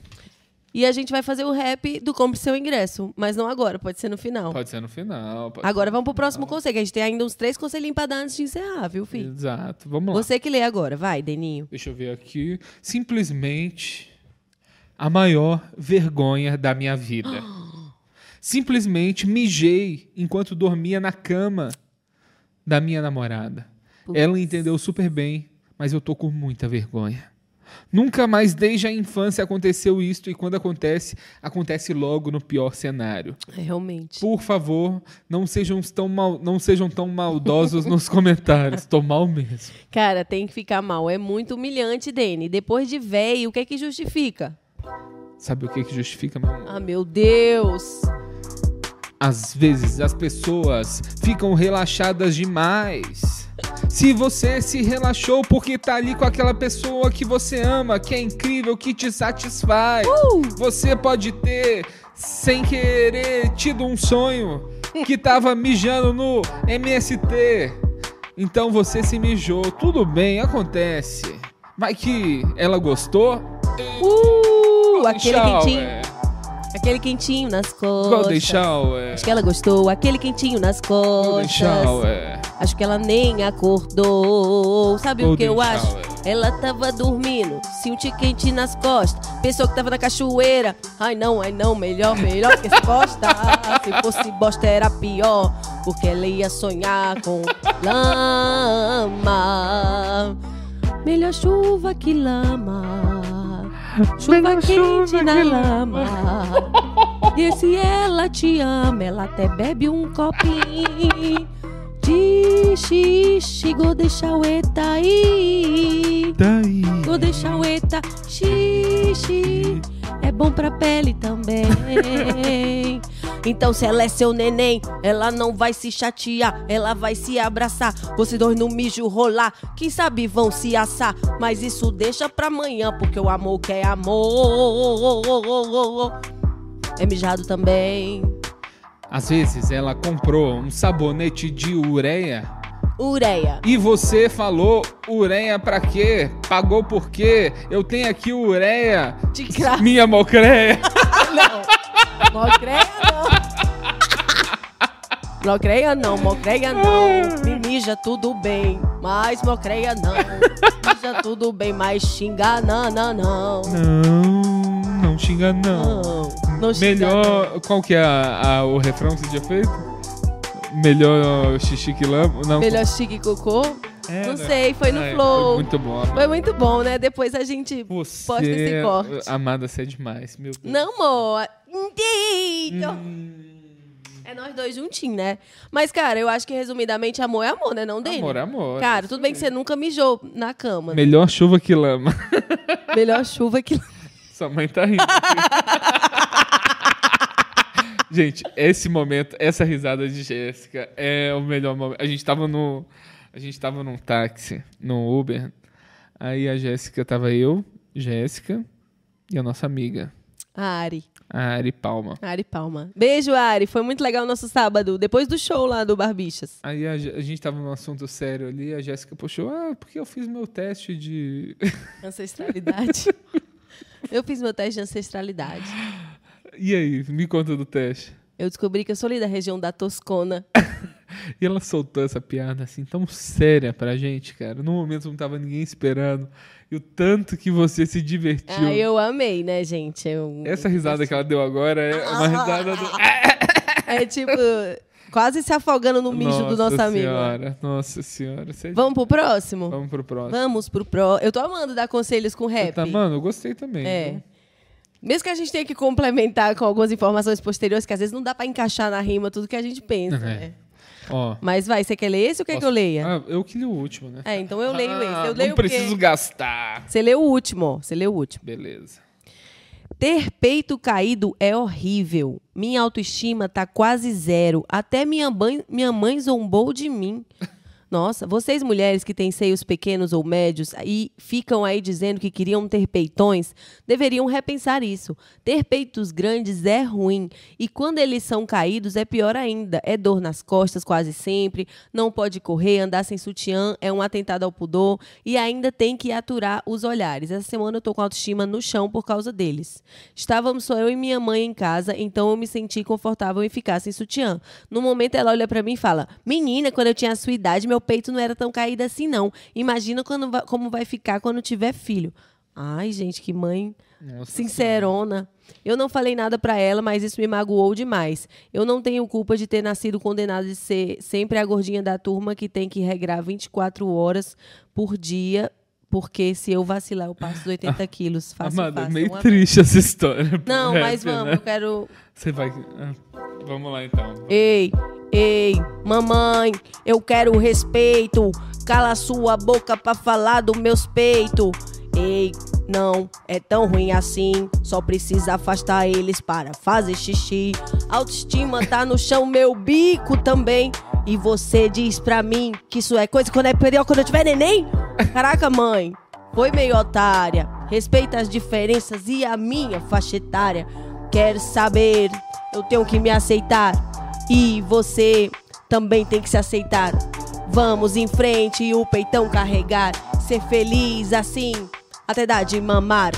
S3: E a gente vai fazer o rap do Compre Seu Ingresso, mas não agora, pode ser no final.
S2: Pode ser no final. pode
S3: Agora
S2: ser
S3: vamos pro próximo conselho, que a gente tem ainda uns três conselhinhos pra dar antes de encerrar, viu, filho?
S2: Exato. Vamos lá.
S3: Você que lê agora, vai, Deninho.
S2: Deixa eu ver aqui. Simplesmente a maior vergonha da minha vida. Simplesmente mijei enquanto dormia na cama da minha namorada.
S3: Putz.
S2: Ela entendeu super bem, mas eu tô com muita vergonha. Nunca mais desde a infância aconteceu isto e quando acontece, acontece logo no pior cenário.
S3: É, realmente.
S2: Por favor, não sejam tão, mal, não sejam tão maldosos nos comentários. Tô mal mesmo.
S3: Cara, tem que ficar mal. É muito humilhante, Dene. Depois de véio, o que é que justifica?
S2: Sabe o que, que justifica, meu amor?
S3: Ah, meu Deus!
S2: Às vezes as pessoas ficam relaxadas demais. Se você se relaxou porque tá ali com aquela pessoa que você ama, que é incrível, que te satisfaz, você pode ter, sem querer, tido um sonho que tava mijando no MST. Então você se mijou, tudo bem, acontece. Mas que ela gostou?
S3: Uh!
S2: Golden
S3: Aquele
S2: shower.
S3: quentinho, aquele quentinho nas
S2: Golden
S3: costas.
S2: shower.
S3: Acho que ela gostou, aquele quentinho nas
S2: Golden
S3: costas.
S2: shower.
S3: Acho que ela nem acordou. Sabe o que eu
S2: Golden
S3: acho?
S2: shower.
S3: Ela tava dormindo, senti quente nas costas. Pensou que tava na cachoeira. Ai não, ai não, melhor, melhor que essa bosta. Se fosse bosta era pior, porque ela ia sonhar com lama. Melhor chuva que lama. Chuva quente na lama. E se ela te ama, ela até bebe um copinho. De xixi, vou deixar o eta aí.
S2: Daí.
S3: Vou deixar o eta xixi. É bom pra pele também. Então, se ela é seu neném, ela não vai se chatear, ela vai se abraçar. Vocês dois no mijo rolar, quem sabe vão se assar. Mas isso deixa pra amanhã, porque o amor quer amor. É mijado também.
S2: Às vezes ela comprou um sabonete de ureia
S3: Ureia.
S2: e você falou ureia pra quê? Pagou por quê? Eu tenho aqui ureia,
S3: De graça,
S2: minha mocreia.
S3: não. Mocreia não. Mocreia não, mocreia não. Me mija tudo bem. mas mocreia não. Deixa tudo bem, mas xinga não, não, não.
S2: Não, não xinga não.
S3: Não, não xinga não.
S2: Melhor. Qual que é a- a- o refrão que você tinha feito? Melhor xixi que lama. Não,
S3: Melhor chique e cocô?
S2: É,
S3: não
S2: né?
S3: sei, foi no
S2: Ai,
S3: flow.
S2: Foi muito bom. Amada.
S3: Foi muito bom, né? Depois a gente
S2: Você, eh,
S3: posta esse corte.
S2: Amada, você é demais, meu Deus.
S3: Não, amor. Então,
S2: Uhum. Hum,
S3: É nós dois juntinhos, né? Mas, cara, eu acho que resumidamente amor é amor, né? Não dele.
S2: amor, amor.
S3: Cara, tudo bem que você nunca mijou na cama. né?
S2: Melhor chuva que lama.
S3: Melhor chuva que.
S2: Sua mãe tá rindo. aqui. gente, esse momento, essa risada de Jéssica é o melhor momento. A gente tava no a gente tava num táxi, num Uber. Aí a Jéssica tava eu, Jéssica e a nossa amiga,
S3: A Ari.
S2: a Ari Palma.
S3: a Ari Palma. Beijo, Ari. Foi muito legal o nosso sábado. Depois do show lá do Barbichas.
S2: Aí a, Jé- a gente tava num assunto sério ali, a Jéssica puxou, ah, porque eu fiz meu teste de.
S3: Ancestralidade. eu fiz meu teste de ancestralidade.
S2: e aí, me conta do teste.
S3: Eu descobri que eu sou ali da região da Toscona.
S2: E ela soltou essa piada assim tão séria pra gente, cara. No momento não tava ninguém esperando. E o tanto que você se divertiu.
S3: Ah, eu amei, né, gente? Eu-
S2: Essa risada que ela deu agora é
S3: Ah,
S2: uma risada do.
S3: É tipo, quase se afogando no ah, um mijo do nosso
S2: Nossa
S3: amigo.
S2: senhora, Nossa senhora. Você...
S3: Vamos pro próximo?
S2: Vamos pro próximo.
S3: Vamos pro próximo. Eu tô amando dar conselhos com rap.
S2: Tá, mano, eu gostei também.
S3: É.
S2: viu?
S3: Mesmo que a gente tenha que complementar com algumas informações posteriores, que às vezes não dá pra encaixar na rima tudo que a gente pensa.
S2: É.
S3: né?
S2: Ó.
S3: Mas vai, você quer ler esse ou quer que
S2: posso-
S3: eu leia?
S2: Ah, eu que li o último, né?
S3: É, então eu leio
S2: Ah,
S3: esse. Eu leio
S2: Não
S3: o quê?
S2: preciso gastar.
S3: Você leu o último, ó. Você leu o último.
S2: Beleza.
S3: Ter peito caído é horrível. Minha autoestima tá quase zero. Até minha mãe, minha mãe zombou de mim. Nossa, vocês mulheres que têm seios pequenos ou médios e ficam aí dizendo que queriam ter peitões, deveriam repensar isso. Ter peitos grandes é ruim e quando eles são caídos é pior ainda. É dor nas costas quase sempre, não pode correr, andar sem sutiã é um atentado ao pudor e ainda tem que aturar os olhares. Essa semana eu tô com a autoestima no chão por causa deles. Estávamos só eu e minha mãe em casa, então eu me senti confortável em ficar sem sutiã. No momento ela olha pra mim e fala: "Menina, quando eu tinha a sua idade, meu peito não era tão caído assim não. Imagina quando va- como vai ficar quando tiver filho." Ai, gente, que mãe
S2: Nossa
S3: Sincerona. Eu não falei nada pra ela, mas isso me magoou demais. Eu não tenho culpa de ter nascido condenada de ser sempre a gordinha da turma que tem que regrar 24 horas por dia, porque se eu vacilar, eu passo dos 80 quilos. um Faço,
S2: Amada,
S3: faço,
S2: é meio
S3: uma-
S2: triste essa história.
S3: Não,
S2: pro
S3: mas
S2: rap,
S3: vamos,
S2: né?
S3: eu quero.
S2: Você vai. ah, Vamos lá então.
S3: Ei, ei, mamãe, eu quero respeito. Cala sua boca pra falar dos meus peitos. Ei, não, é tão ruim assim. Só precisa afastar eles para fazer xixi. Autoestima tá no chão, meu bico também. E você diz pra mim que isso é coisa quando é pior quando eu tiver neném? Caraca, mãe, foi meio otária. Respeita as diferenças e a minha faixa etária. Quero saber, eu tenho que me aceitar. E você também tem que se aceitar. Vamos em frente e o peitão carregar. Ser feliz assim, até dar de mamar.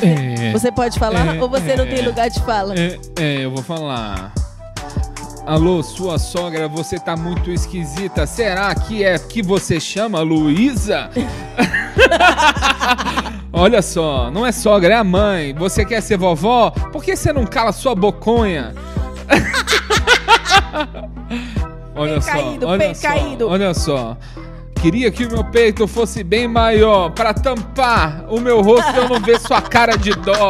S2: É.
S3: Você pode falar
S2: É,
S3: ou você não tem
S2: é.
S3: lugar de fala?
S2: É, é, eu vou falar. Alô, sua sogra, você tá muito esquisita. Será que é que você chama Luísa? Olha só, não é sogra, é a mãe. Você quer ser vovó? Por que você não cala sua boconha? olha
S3: Bem
S2: só,
S3: caído,
S2: olha
S3: bem
S2: só,
S3: caído.
S2: olha só. Queria que o meu peito fosse bem maior pra tampar o meu rosto pra eu não ver sua cara de dó.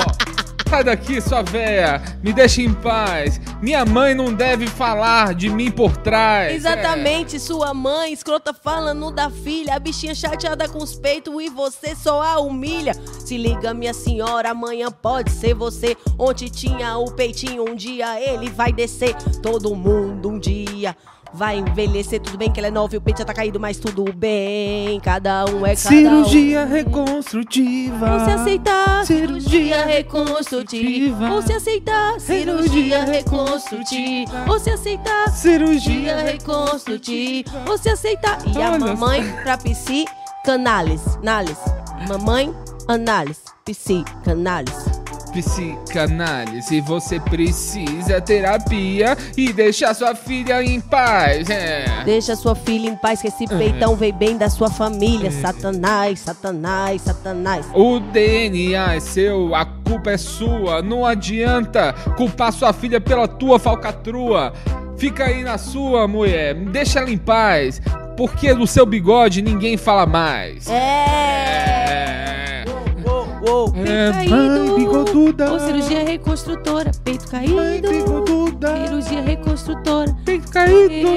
S2: Sai daqui, sua véia. Me deixa em paz. Minha mãe não deve falar de mim por trás.
S3: Exatamente, sua mãe escrota falando da filha, a bichinha chateada com os peitos e você só a humilha. Se liga, minha senhora, amanhã pode ser você. Ontem tinha o peitinho, um dia ele vai descer. Todo mundo um dia vai envelhecer. Tudo bem que ela é nova e o peito já tá caído, mas tudo bem. Cada um é cada
S2: É. Cirurgia
S3: um.
S2: reconstrutiva.
S3: Vão se aceitar
S2: Cirurgia
S3: cirurgia reconstrutiva.
S2: reconstrutiva.
S3: Vão se aceitar cirurgia
S2: Cirurgia
S3: reconstrutiva.
S2: reconstrutiva.
S3: Vão se aceitar
S2: Cirurgia
S3: cirurgia reconstrutiva. Você aceita? E a
S2: Olha
S3: mamãe pra psicanálise. Análise. Mamãe, análise. Psicanálise.
S2: Psicanálise, você precisa terapia e deixar sua filha em paz. É.
S3: Deixa sua filha em paz, que esse peitão vem bem da sua família. Satanás, satanás, satanás.
S2: O DNA é seu, a culpa é sua. Não adianta culpar sua filha pela tua falcatrua. Fica aí na sua, mulher. Deixa ela em paz. Porque do seu bigode ninguém fala mais.
S3: É!
S2: É.
S3: Uou, uou.
S2: É,
S3: Peito
S2: mãe
S3: caído.
S2: bigoduda.
S3: Ou cirurgia reconstrutora. Peito
S2: Mãe
S3: caído.
S2: bigoduda.
S3: Cirurgia reconstrutora.
S2: Tem caído.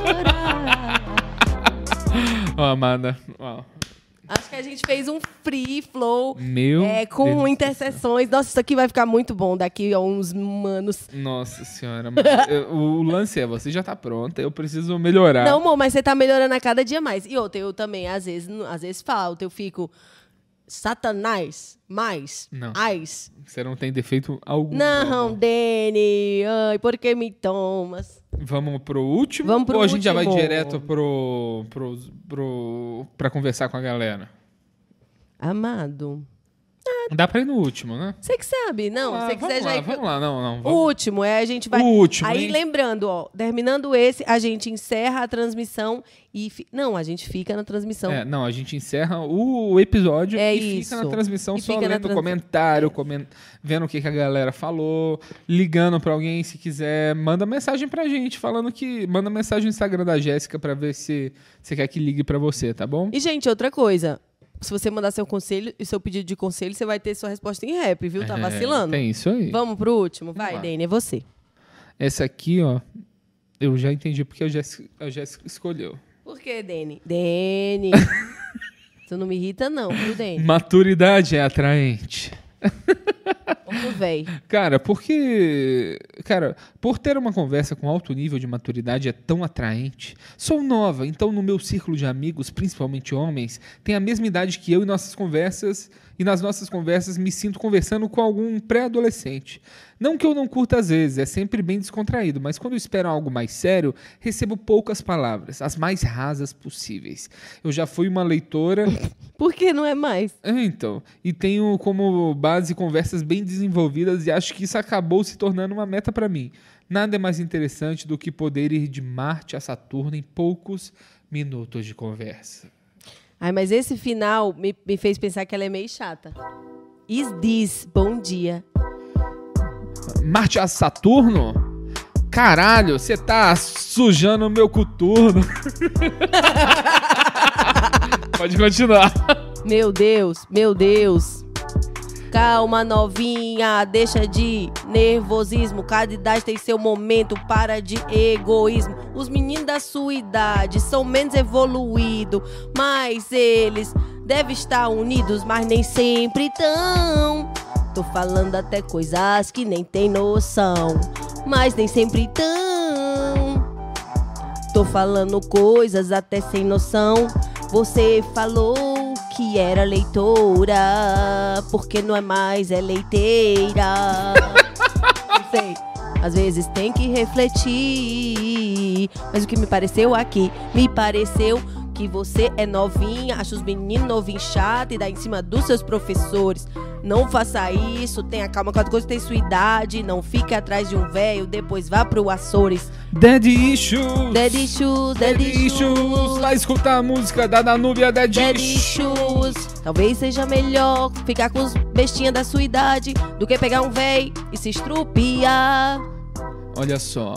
S3: Reconstrutora.
S2: Ó, Amanda. ó.
S3: Acho que a gente fez um free flow.
S2: Meu.
S3: É, com
S2: Deus.
S3: interseções. Nossa, isso aqui vai ficar muito bom daqui a uns anos.
S2: Nossa senhora, mas eu- o lance é, você já tá pronta, eu preciso melhorar.
S3: Não, amor, mas você tá melhorando a cada dia mais. E outra, eu também, às vezes, não- às vezes falta, eu fico. Satanás, mais,
S2: Não.
S3: ais.
S2: Você não tem defeito algum.
S3: Não, Dene, ai, por que me tomas?
S2: Vamos pro último?
S3: Vamos pro
S2: ou a gente já vai
S3: último.
S2: direto pro, pro, pro, pra conversar com a galera?
S3: Amado.
S2: Dá pra ir no último, né?
S3: Você que sabe, não,
S2: Ah,
S3: você
S2: vamos
S3: quiser
S2: lá,
S3: já ir.
S2: Vamos lá, não, não.
S3: O
S2: Vamos.
S3: último, é a gente vai.
S2: O último,
S3: Aí
S2: hein?
S3: lembrando, ó, terminando esse, a gente encerra a transmissão e. fi- Não, a gente fica na transmissão.
S2: É, não, a gente encerra o episódio
S3: então. É
S2: e
S3: isso.
S2: fica na transmissão
S3: E
S2: só
S3: fica na
S2: lendo
S3: trans-
S2: comentário, comen- vendo o que, que a galera falou, ligando pra alguém se quiser, manda mensagem pra gente falando que manda mensagem no Instagram da Jéssica pra ver se você quer que ligue pra você, tá bom?
S3: E, gente, outra coisa. Se você mandar seu conselho e seu pedido de conselho, você vai ter sua resposta em rap, viu? Tá
S2: É,
S3: vacilando.
S2: Tem isso aí.
S3: Vamos pro último? Vai,
S2: lá.
S3: Dene, é você.
S2: Essa aqui, ó, eu já entendi porque a Jéssica a Jéssica escolheu.
S3: Por que, Dene? Dene. tu não me irrita, não, viu, Dene?
S2: Maturidade é atraente.
S3: Como véi.
S2: Cara, porque. Cara, por ter uma conversa com alto nível de maturidade é tão atraente. Sou nova, então no meu círculo de amigos, principalmente homens, tem a mesma idade que eu e nossas conversas. E nas nossas conversas me sinto conversando com algum pré-adolescente. Não que eu não curta às vezes, é sempre bem descontraído, mas quando eu espero algo mais sério, recebo poucas palavras, as mais rasas possíveis. Eu já fui uma leitora
S3: Por que não é mais?
S2: é, então. E tenho como base conversas bem desenvolvidas e acho que isso acabou se tornando uma meta pra mim. Nada é mais interessante do que poder ir de Marte a Saturno em poucos minutos de conversa.
S3: Ai, mas esse final me, me fez pensar que ela é meio chata. Is this, bom dia.
S2: Marte a Saturno? Caralho, você tá sujando o meu coturno. Pode continuar.
S3: Meu Deus, meu Deus. Calma, novinha, deixa de nervosismo. Cada idade tem seu momento, para de egoísmo. Os meninos da sua idade são menos evoluídos, mas eles devem estar unidos, mas nem sempre tão. Tô falando até coisas que nem tem noção, mas nem sempre tão. Tô falando coisas até sem noção. Você falou que era leitora, porque não é mais é leiteira. Não sei. Às vezes tem que refletir. Mas o que me pareceu aqui? Me pareceu que você é novinha, acha os meninos novinhos chato e dá em cima dos seus professores. Não faça isso, tenha calma com as coisas, tem sua idade, não fique atrás de um velho, depois vá pro Açores.
S2: Dead Issues.
S3: Dead issues, dead
S2: Dead Issues.
S3: issues.
S2: Vai escutar a música da Danúbia Dead,
S3: Dead
S2: Issues.
S3: issues. Talvez seja melhor ficar com os bestinhas da sua idade do que pegar um véi e se estrupiar.
S2: Olha só.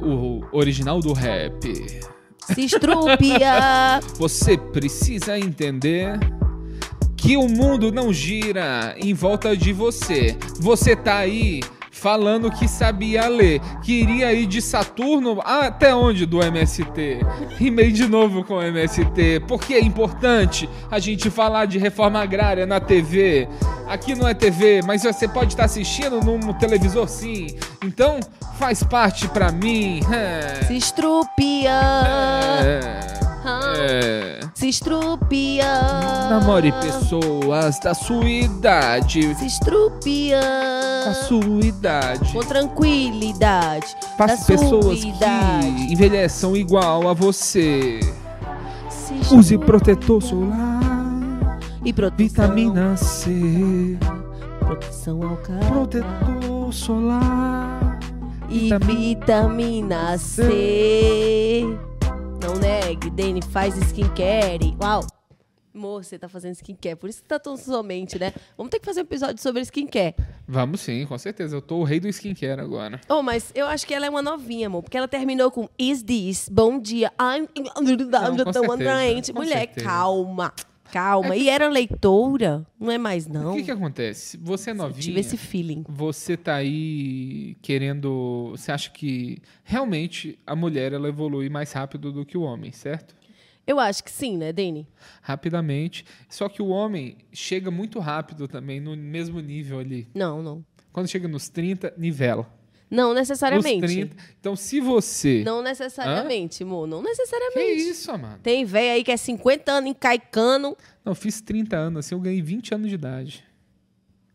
S2: O original do rap.
S3: Se estrupiar.
S2: Você precisa entender que o mundo não gira em volta de você. Você tá aí falando que sabia ler, queria ir de Saturno até onde do MST. Rimei de novo com o MST, porque é importante a gente falar de reforma agrária na TV. Aqui não é TV, mas você pode estar assistindo num televisor sim. Então, faz parte pra mim.
S3: se estrupiar.
S2: É. É.
S3: Se estrupiar.
S2: Namore pessoas da sua idade.
S3: Se estrupiar.
S2: Da sua idade.
S3: Com tranquilidade. da
S2: Faça
S3: sua
S2: pessoas
S3: idade.
S2: que envelheçam igual a você.
S3: Se
S2: Use
S3: estrupiar.
S2: protetor solar,
S3: e proteção.
S2: vitamina C.
S3: Proteção ao carro.
S2: Protetor solar.
S3: E
S2: vitamina
S3: vitamina C. Não negue, Dani faz skincare. Uau! Amor, você tá fazendo skincare, por isso que tá tão somente, né? Vamos ter que fazer um episódio sobre skincare.
S2: Vamos sim, com certeza. Eu tô o rei do skincare agora.
S3: Oh, mas eu acho que ela é uma novinha, amor, porque ela terminou com Is this? Bom dia. I'm
S2: com
S3: tão
S2: certeza,
S3: atraente.
S2: com
S3: Mulher,
S2: certeza.
S3: calma. Calma. E era leitora? Não é mais, não.
S2: O que que acontece? Você é
S3: Eu tive
S2: novinha,
S3: esse feeling.
S2: você tá aí querendo... Você acha que realmente a mulher ela evolui mais rápido do que o homem, certo?
S3: Eu acho que sim, né, Dani?
S2: Rapidamente. Só que o homem chega muito rápido também, no mesmo nível ali.
S3: Não, não.
S2: Quando chega nos 30, nivela.
S3: Não
S2: Nos
S3: necessariamente.
S2: 30. Então, se você...
S3: Não necessariamente, amor. Não
S2: Que
S3: necessariamente.
S2: isso, amado?
S3: Tem velho aí que é 50 anos encaicando.
S2: Não, eu fiz 30 anos, assim, eu ganhei 20 anos de idade.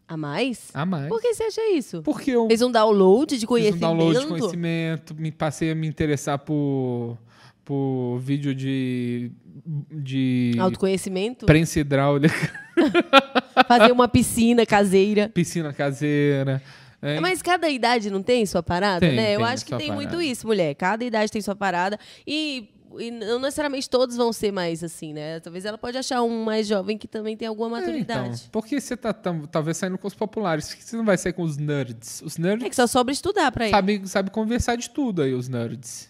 S3: A mais?
S2: A mais.
S3: Por que você acha isso?
S2: Porque eu
S3: Fez um download de
S2: fiz
S3: conhecimento?
S2: um download de conhecimento, me passei a me interessar por, por vídeo de, de
S3: Autoconhecimento?
S2: prensa hidráulica,
S3: Fazer uma piscina caseira.
S2: piscina caseira. né?
S3: Mas cada idade não tem sua parada,
S2: Tem,
S3: né? Eu
S2: tem
S3: acho que
S2: sua
S3: tem muito
S2: parada.
S3: isso, mulher. Cada idade tem sua parada. E, e não necessariamente todos vão ser mais assim, né? Talvez ela pode achar um mais jovem que também tem alguma
S2: É, então,
S3: maturidade.
S2: porque você tá tam- talvez saindo com os populares, por que você não vai sair com os nerds? Os
S3: É
S2: nerds
S3: que só sobra estudar pra ele.
S2: sabem então. sabe conversar de tudo aí, os nerds.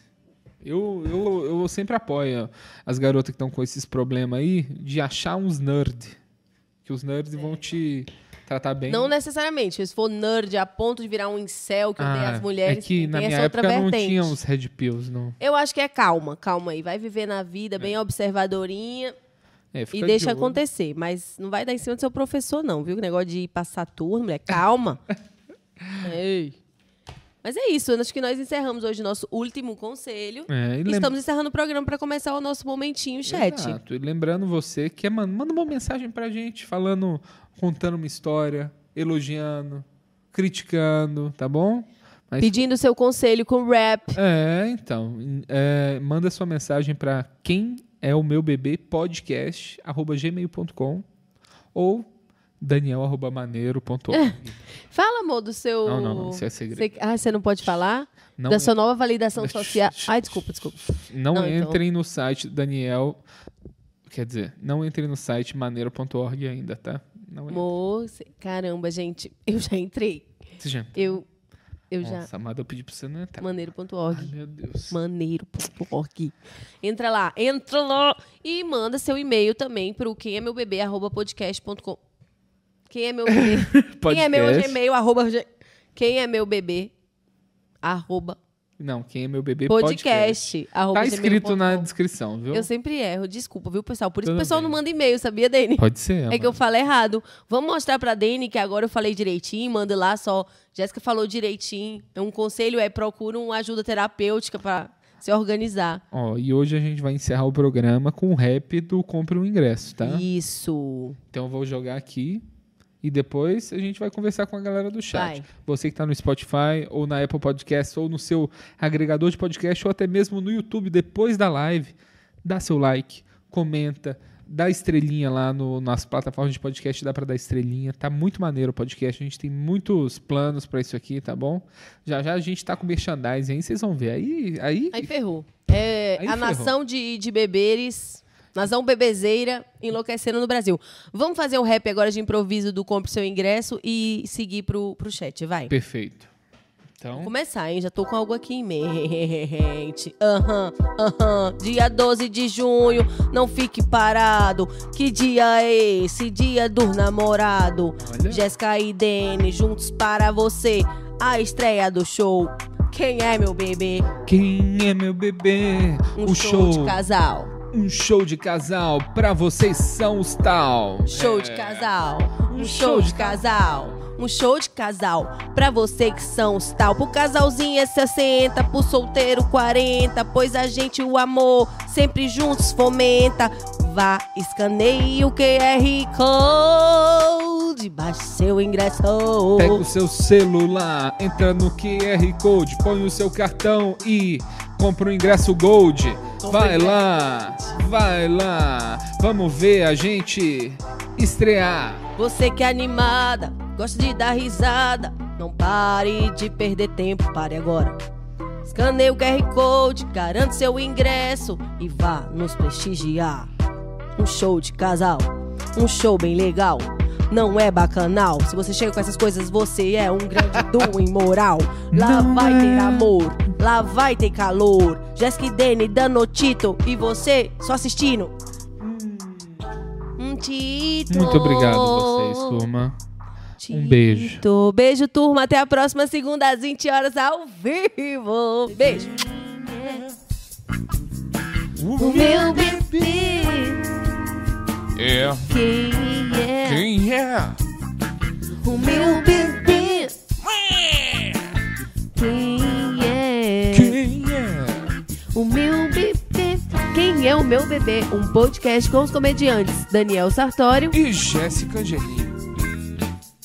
S2: Eu, eu, eu sempre apoio as garotas que estão com esses problemas aí de achar uns nerds. Que os nerds vão te tratar bem.
S3: Não necessariamente. Se for nerd a ponto de virar um incel que odeia
S2: Ah,
S3: as mulheres,
S2: é que na
S3: tem
S2: minha
S3: essa outra
S2: época não
S3: vertente.
S2: tinha os red pills, não.
S3: Eu acho que é calma, calma aí. Vai viver na vida bem observadorinha
S2: É,
S3: e
S2: fica de
S3: deixa
S2: olho.
S3: acontecer. Mas não vai dar em cima do seu professor, não, viu? O negócio de passar turno, mulher. Calma. Ei. Mas é isso. eu Acho que nós encerramos hoje nosso último conselho.
S2: É, e
S3: E
S2: lem-
S3: Estamos encerrando o programa para começar o nosso momentinho chat.
S2: Exato. E lembrando você que é, mano, manda uma mensagem pra gente falando, contando uma história, elogiando, criticando, tá bom? Mas
S3: Pedindo seu conselho com rap.
S2: é, então, é, manda sua mensagem pra quem é o meu bebê podcast arroba gmail.com ou daniel arroba
S3: É.
S2: maneiro.org.
S3: Fala, amor, do seu.
S2: Não, não, não, isso é segredo.
S3: Você- Ah, você não pode falar?
S2: Não
S3: da
S2: é-
S3: sua nova validação social. Ai, desculpa, desculpa.
S2: Não,
S3: Não, então-
S2: entrem no site Daniel. Quer dizer, não entrem no site maneiro.org ainda, tá? Não entrem.
S3: Moça, caramba, gente, eu já entrei.
S2: Você já-
S3: Eu, eu já.
S2: Nossa, tá. amada, eu pedi pra você não entrar. Ai,
S3: Maneiro.org.
S2: meu Deus.
S3: Maneiro.org. Entra lá, entra lá. E manda seu e-mail também pro quem é meu bebê, arroba podcast.com. Quem é meu bebê? Quem é meu
S2: Podcast.
S3: gmail, arroba. g- Quem é meu bebê? Arroba
S2: Não, quem é meu bebê podcast.
S3: podcast. arroba
S2: Tá escrito na
S3: gmail.com.
S2: descrição, viu?
S3: Eu sempre erro, desculpa, viu, pessoal? Por isso
S2: Tudo
S3: que o pessoal
S2: bem.
S3: não manda e-mail, sabia, Dani?
S2: Pode ser.
S3: É que eu falo errado. Vamos mostrar pra Dani que agora eu falei direitinho, manda lá só. Jéssica falou direitinho. Um conselho é procura uma ajuda terapêutica pra se organizar.
S2: Ó, e hoje a gente vai encerrar o programa com o rap do Compre um Ingresso, tá?
S3: Isso.
S2: Então eu vou jogar aqui e depois a gente vai conversar com a galera do chat.
S3: Vai.
S2: Você que está no Spotify ou na Apple Podcast ou no seu agregador de podcast ou até mesmo no YouTube depois da live, dá seu like, comenta, dá estrelinha lá no, nas plataformas de podcast, dá para dar estrelinha. Tá muito maneiro o podcast, a gente tem muitos planos para isso aqui, tá bom? Já já a gente tá com merchandising aí, vocês vão ver. Aí, aí,
S3: Aí ferrou. É,
S2: Aí
S3: a
S2: ferrou.
S3: nação de, de beberes, nação bebezeira enlouquecendo no Brasil. Vamos fazer um rap agora de improviso do Compre Seu Ingresso e seguir pro, pro chat, vai.
S2: perfeito. Então,
S3: Vou começar, hein? Já tô com algo aqui em mente. Aham, aham. Dia 12 de junho, não fique parado. Que dia é esse? Dia do namorado.
S2: Olha.
S3: Jéssica e Dene, juntos para você. A estreia do show. Quem é meu bebê?
S2: quem é meu bebê?
S3: Um
S2: o
S3: show,
S2: show,
S3: de casal.
S2: Um show de casal pra vocês são os tal.
S3: Show de
S2: É.
S3: casal. Um show de casal. Um show de casal. Pra você que são os tal. Pro casalzinho é 60, pro solteiro 40. Pois a gente o amor sempre juntos fomenta. Vá, escaneie o QR Code. Baixe seu ingresso.
S2: Pega o seu celular, entra no QR Code, põe o seu cartão e compra o ingresso Gold. Vai lá, vai lá. Vamos ver a gente estrear.
S3: Você que é animada, gosta de dar risada, não pare de perder tempo, pare agora. Escaneie o QR Code, garante seu ingresso e vá nos prestigiar. Um show de casal, um show bem legal. Não é bacanal, se você chega com essas coisas, você é um grande do imoral. Lá
S2: Não
S3: vai
S2: é.
S3: ter amor, lá vai ter calor. Jéssica e Dani dando Tito e você só assistindo. Um Tito.
S2: Muito obrigado a vocês,
S3: Oh.
S2: turma. Um beijo.
S3: Tito. Beijo, turma. Até a próxima segunda, às 20 horas, ao vivo. Beijo.
S1: O meu bebê,
S2: É,
S1: quem é?
S2: quem é?
S1: O meu bebê, quem é?
S2: Quem é?
S1: O meu bebê, quem é o meu bebê? Um podcast com os comediantes Daniel Sartório
S2: E Jéssica Angelini.